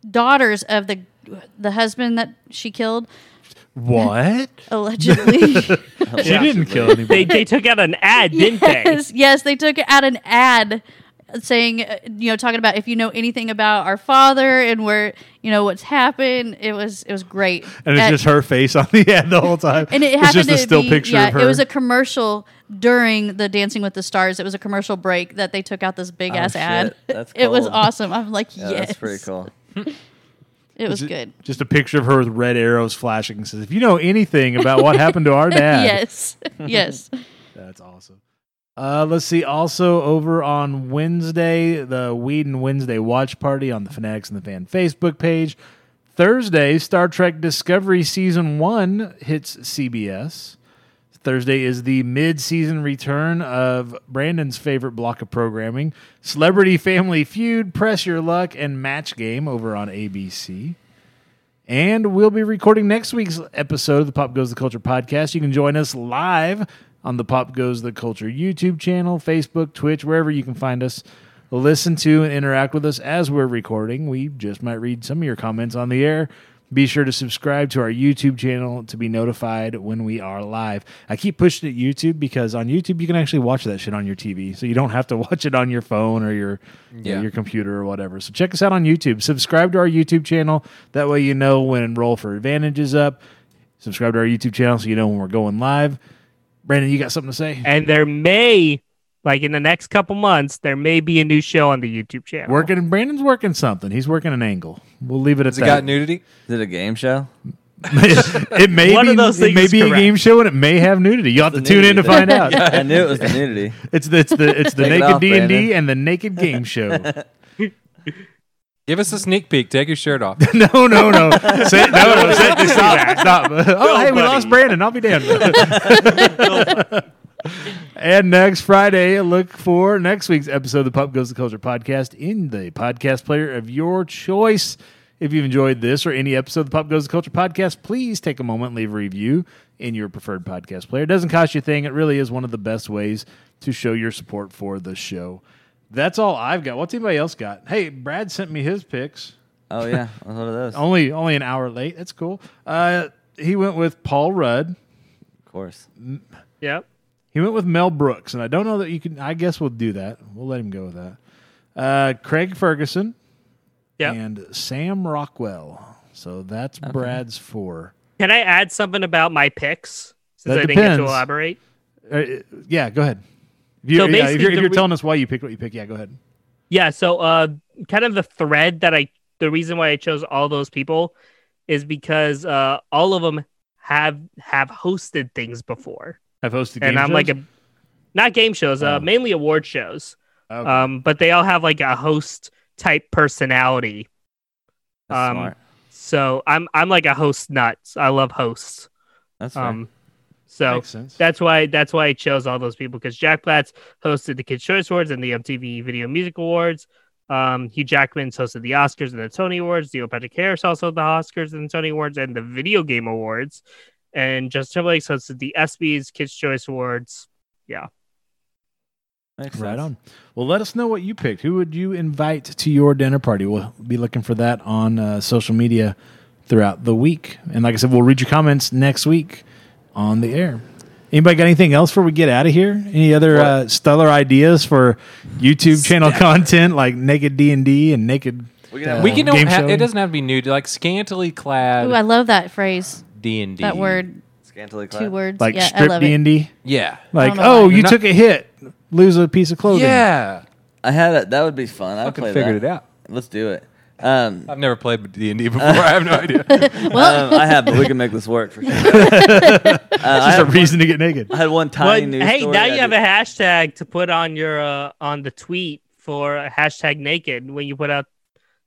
E: daughters of the the husband that she killed
B: What?
E: allegedly.
B: She didn't kill anybody.
C: they they took out an ad, didn't
E: yes, yes, they took out an ad saying, uh, you know, talking about if you know anything about our father and where, you know, what's happened. It was it was great.
B: and it's
E: At-
B: just her face on the ad the whole time.
E: and it
B: it's
E: happened
B: just a
E: to
B: still
E: be,
B: picture
E: yeah,
B: of her.
E: it was a commercial during the Dancing with the Stars. It was a commercial break that they took out this big
F: Oh,
E: ass
F: shit.
E: ad.
F: That's
E: it was
F: cold.
E: awesome. I'm like,
F: Yeah,
E: yes,
F: That's pretty cool.
E: It was
B: Ju-
E: good.
B: Just a picture of her with red arrows flashing and says, "If you know anything about what happened to our dad,
E: yes, yes.
B: That's awesome. Uh, let's see. Also, over on Wednesday, the Weed and Wednesday watch party on the Fanatics and the Fan Facebook page. Thursday, Star Trek Discovery Season 1 hits CBS. Thursday is the mid season return of Brandon's favorite block of programming Celebrity Family Feud, Press Your Luck, and Match Game over on ABC. And we'll be recording next week's episode of the Pop Goes the Culture podcast. You can join us live on the Pop Goes the Culture YouTube channel, Facebook, Twitch, wherever you can find us. Listen to and interact with us as we're recording. We just might read some of your comments on the air. Be sure to subscribe to our YouTube channel to be notified when we are live. I keep pushing it YouTube because on YouTube you can actually watch that shit on your TV, so you don't have to watch it on your phone or your you know,
D: Yeah.
B: your computer or whatever. So check us out on YouTube. Subscribe to our YouTube channel. That way you know when Roll for Advantage is up. Subscribe to our YouTube channel so you know when we're going live. Brandon, you got something to say?
C: And there may, like in the next couple months, there may be a new show on the YouTube channel.
B: Working, Brandon's working something. He's working an angle. We'll leave it at
D: Has it
B: that.
D: got nudity?
F: Is it a game show?
B: it may
C: One
B: be,
C: of those
B: it
C: things
B: may
C: is
B: be a
C: correct.
B: game show and it may have nudity. You'll have to
F: The
B: tune in to
F: nudity
B: find
F: thing.
B: out.
F: I knew it was the nudity.
B: It's the it's the it's the
F: Take it
B: naked
F: off,
B: D and D
F: Brandon.
B: and the naked game show.
D: Give us a sneak peek. Take your shirt off.
B: no, no, no. Say, no, no. Say, stop, stop. Oh, hey, we
C: buddy.
B: lost Brandon. I'll be damned. And next Friday, look for next week's episode of the Pop Goes the Culture podcast in the podcast player of your choice. If you've enjoyed this or any episode of the Pop Goes the Culture podcast, please take a moment, and leave a review in your preferred podcast player. It doesn't cost you a thing. It really is one of the best ways to show your support for the show. That's all I've got. What's anybody else got? Hey, Brad sent me his picks
F: Oh yeah, it was one of those. Of
B: only only an hour late. That's cool. Uh, he went with Paul Rudd.
F: course.
C: Yep.
B: He went with Mel Brooks, and I don't know that you can. I guess we'll do that. We'll let him go with that. Uh, Craig Ferguson
C: Yep.
B: and Sam Rockwell. So that's Brad's four.
C: Can I add something about my picks? Since
B: That
C: I didn't get to
B: depends.
C: elaborate.
B: Uh, yeah, go ahead. If you're, yeah,
C: So
B: if
C: basically
B: you're, if
C: the
B: you're
C: re-
B: telling us why you picked what you picked, yeah, go ahead.
C: Yeah, so uh kind of the thread that I the reason why I chose all those people is because uh all of them have have hosted things before.
B: I've hosted
C: and
B: game
C: I'm like
B: shows?
C: a not game shows, uh
B: Oh.
C: mainly award shows.
B: Okay.
C: Um but they all have like a host type personality.
B: um,
F: That's smart.
C: so I'm I'm like a host nuts. I love hosts.
F: That's fair.
C: Um so
B: Makes sense.
C: that's why that's why I chose all those people because Jack Platts hosted the Kids Choice Awards and the MTV Video Music Awards. Um, Hugh Jackman's hosted the Oscars and the Tony Awards. Neil Patrick Harris also the Oscars and the Tony Awards and the Video Game Awards. And Justin Timberlake's hosted the ESPYS, Kids Choice Awards. Yeah,
F: Makes
B: Right on.
F: sense.
B: Well, let us know what you picked. Who would you invite to your dinner party? We'll be looking for that on uh, social media throughout the week. And like I said, we'll read your comments next week on the air. Anybody got anything else before we get out of here? Any other uh, stellar ideas for YouTube channel content like Naked D and D and Naked?
F: We can have-
D: we can don't
B: game
D: ha-
B: show?
D: it doesn't have to be nude. Like scantily
E: Ooh, I
D: clad
E: love that phrase.
D: D and D.
E: That word,
F: Scantily clad.
E: two words.
B: like
E: yeah, I
B: strip
E: love
B: D
E: it.
B: and D.
D: Yeah.
B: Like,
E: don't know
B: oh,
E: why.
B: you
D: Not-
B: took a hit, lose a piece of clothing.
D: Yeah.
F: I had a, that would be fun. I'd
D: Fucking
F: play
D: figured
F: that.
D: it out.
F: Let's do it. Um,
D: I've never played D and D before. I have no idea.
F: um, I have, but we can make this work for sure. Uh, I,
B: Just a
F: had,
B: reason to get naked.
F: I had one
C: but
F: tiny news
C: hey,
F: story
C: now
F: I
C: you have
F: did-
C: a hashtag to put on your uh, on the tweet for hashtag naked when you put out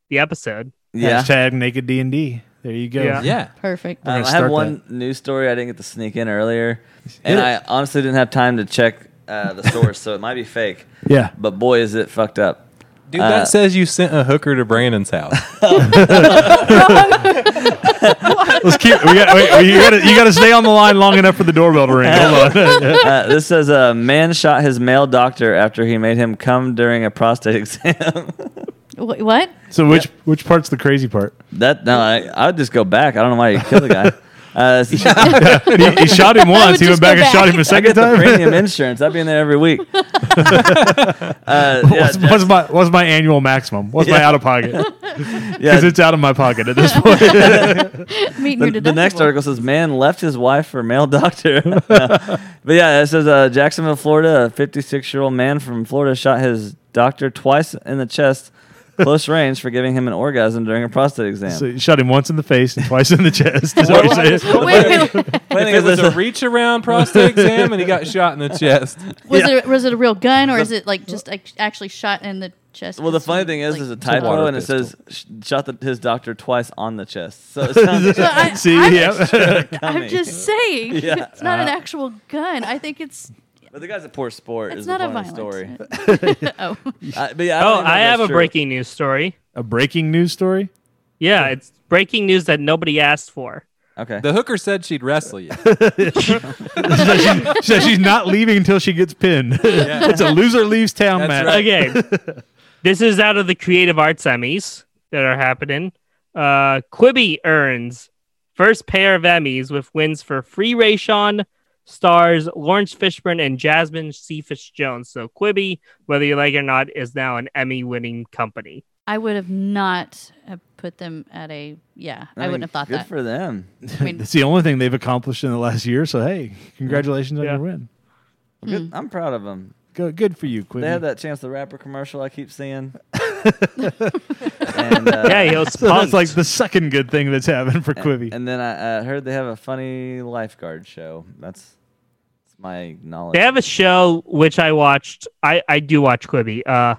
C: the episode.
F: yeah.
B: Hashtag Naked D and D. There you go.
C: Yeah.
D: yeah.
E: Perfect.
B: gonna
F: Um, I
B: start
F: have one news story I didn't get to sneak in earlier, and I honestly didn't have time to check uh, the source, so it might be fake.
B: Yeah.
F: But boy, is it fucked up.
D: Dude,
F: Uh,
D: that says you sent a hooker to Brandon's house.
B: Let's keep. We got. Wait, you got to. You got to stay on the line long enough for the doorbell to ring. Hold on.
F: Uh, this says a man shot his male doctor after he made him come during a prostate exam.
E: Wh- what?
B: So which which part's the crazy part?
F: that no, I, I would just go back. I don't know why you killed the guy. Uh, it's-
B: He, he shot him
E: I
B: once.
E: would
B: He went
E: just go
B: back and shot
E: back.
B: him a
F: I
B: second
F: get the
B: time.
F: premium insurance. I'd be in there every week. uh, yeah,
B: What's, what's my what's my annual maximum? What's my out of pocket?
F: yeah,
B: Because it's out of my pocket at this point.
E: Meeting
F: the,
E: your
F: the next
E: deductible.
F: article says man left his wife for male doctor No. but yeah it says uh, jacksonville florida a 56 year old man from florida shot his doctor twice in the chest close range for giving him an orgasm during a prostate exam
B: so you shot him once in the face and twice in the chest. Is what you're saying?
E: Wait, wait, wait.
D: I think it was a reach around prostate exam and he got shot in the chest.
E: Was it was it a real gun or is it like just like actually shot in the chest?
F: well the funny thing is
E: Like-
F: there's a
D: water
F: typo and it
D: pistol.
F: says sh- shot the, his doctor twice on the chest so it sounds
E: So I,
B: See,
E: I'm,
B: yeah.
E: I'm just saying,
F: Yeah. Uh,
E: it's not an actual gun. I think it's
F: but the guy's a poor sport
E: it's
F: is
E: not
F: the
E: a
F: point of the
E: violent.
F: story
E: oh,
F: I, but yeah, I don't
C: Oh,
F: even know
C: I
F: if
C: have
F: that's
C: a
F: true.
C: breaking news story.
B: a breaking news story.
C: Yeah, it's breaking news that nobody asked for.
F: okay
D: The hooker said she'd wrestle you.
B: She said she's not leaving until she gets pinned. it's a loser leaves town match.
D: That's right.
C: Okay. this is out of the creative arts Emmys that are happening. Uh, Quibi earns first pair of Emmys with wins for Free Ray Sean, stars Lawrence Fishburne and Jasmine Cephas Jones. So Quibi, whether you like it or not, is now an Emmy winning company.
E: I would have not have put them at a yeah. I,
F: mean,
E: wouldn't have thought
F: good
E: that.
F: for them
E: I mean,
B: That's the only thing they've accomplished in the last year. So hey, congratulations
C: Yeah.
B: on your win.
E: Hmm.
F: Good- i'm proud of them
B: Go, good for you, Quinn.
F: They had that Chance the Rapper commercial I keep seeing. and, uh,
C: Yeah, he was
B: So that's
C: punked.
B: like the second good thing that's happened for Quibi.
F: And then I uh, heard they have a funny lifeguard show. That's that's my knowledge.
C: they have a show which I watched. I, I do watch Quibi. Uh,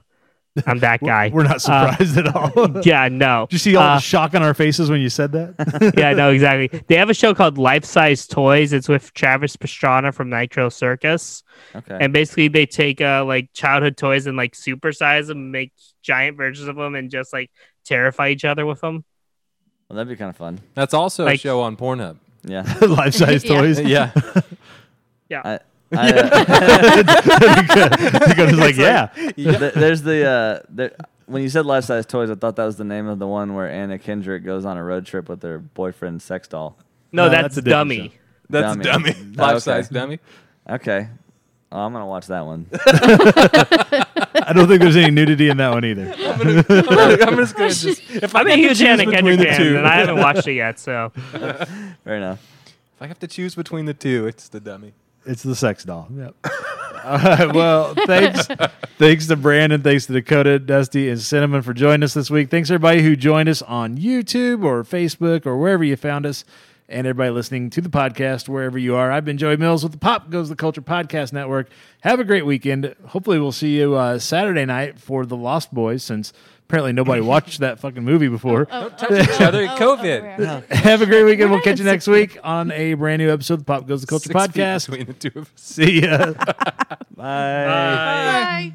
C: I'm that guy.
B: We're not
C: Uh,
B: surprised at all. Did
C: yeah, no.
B: you see all
C: Uh,
B: the shock on our faces when you said that?
C: yeah, no, exactly. They have a show called Life Size Toys. It's with Travis Pastrana from Nitro Circus,
F: okay.
C: and basically they take uh like childhood toys and like supersize them, and make giant versions of them, and just like terrify each other with them.
F: well, that'd be kind of fun.
D: That's also a
C: Like-
D: show on Pornhub.
F: Yeah.
B: Life size
E: Yeah.
B: toys.
D: Yeah.
F: I, I, uh,
B: because it's like, yeah.
F: th- there's the uh, there, when you said life size toys, I thought that was the name of the one where Anna Kendrick goes on a road trip with her boyfriend sex doll.
C: No,
B: No,
C: that's,
B: that's a different
C: dummy.
D: That's
F: Dummy.
D: dummy.
F: Oh, okay.
D: Life size dummy.
F: Okay. Oh, I'm gonna watch that one.
B: I don't think there's any nudity in that one either.
D: I'm just gonna just if I
C: I'm a huge Anna
D: between
C: Kendrick
D: the
C: fan,
D: two.
C: and I haven't watched it yet. So
F: Fair enough.
D: if I have to choose between the two, it's the dummy.
B: It's the sex doll. Yep. Uh, well, thanks, thanks to Brandon, thanks to Dakota, Dusty, and Cinnamon for joining us this week. Thanks everybody who joined us on YouTube or Facebook or wherever you found us, and everybody listening to the podcast wherever you are. I've been Joey Mills with the Pop Goes the Culture Podcast Network. Have a great weekend. Hopefully, we'll see you uh, Saturday night for the Lost Boys, since apparently nobody watched that fucking movie before.
D: Don't touch each other.
E: oh,
D: Oh, COVID.
B: Have a great weekend. We'll catch you
E: Right.
B: next week on a brand new episode of the Pop Goes the Culture
D: Six feet
B: Podcast.
D: between the two of us.
B: See ya.
E: Bye.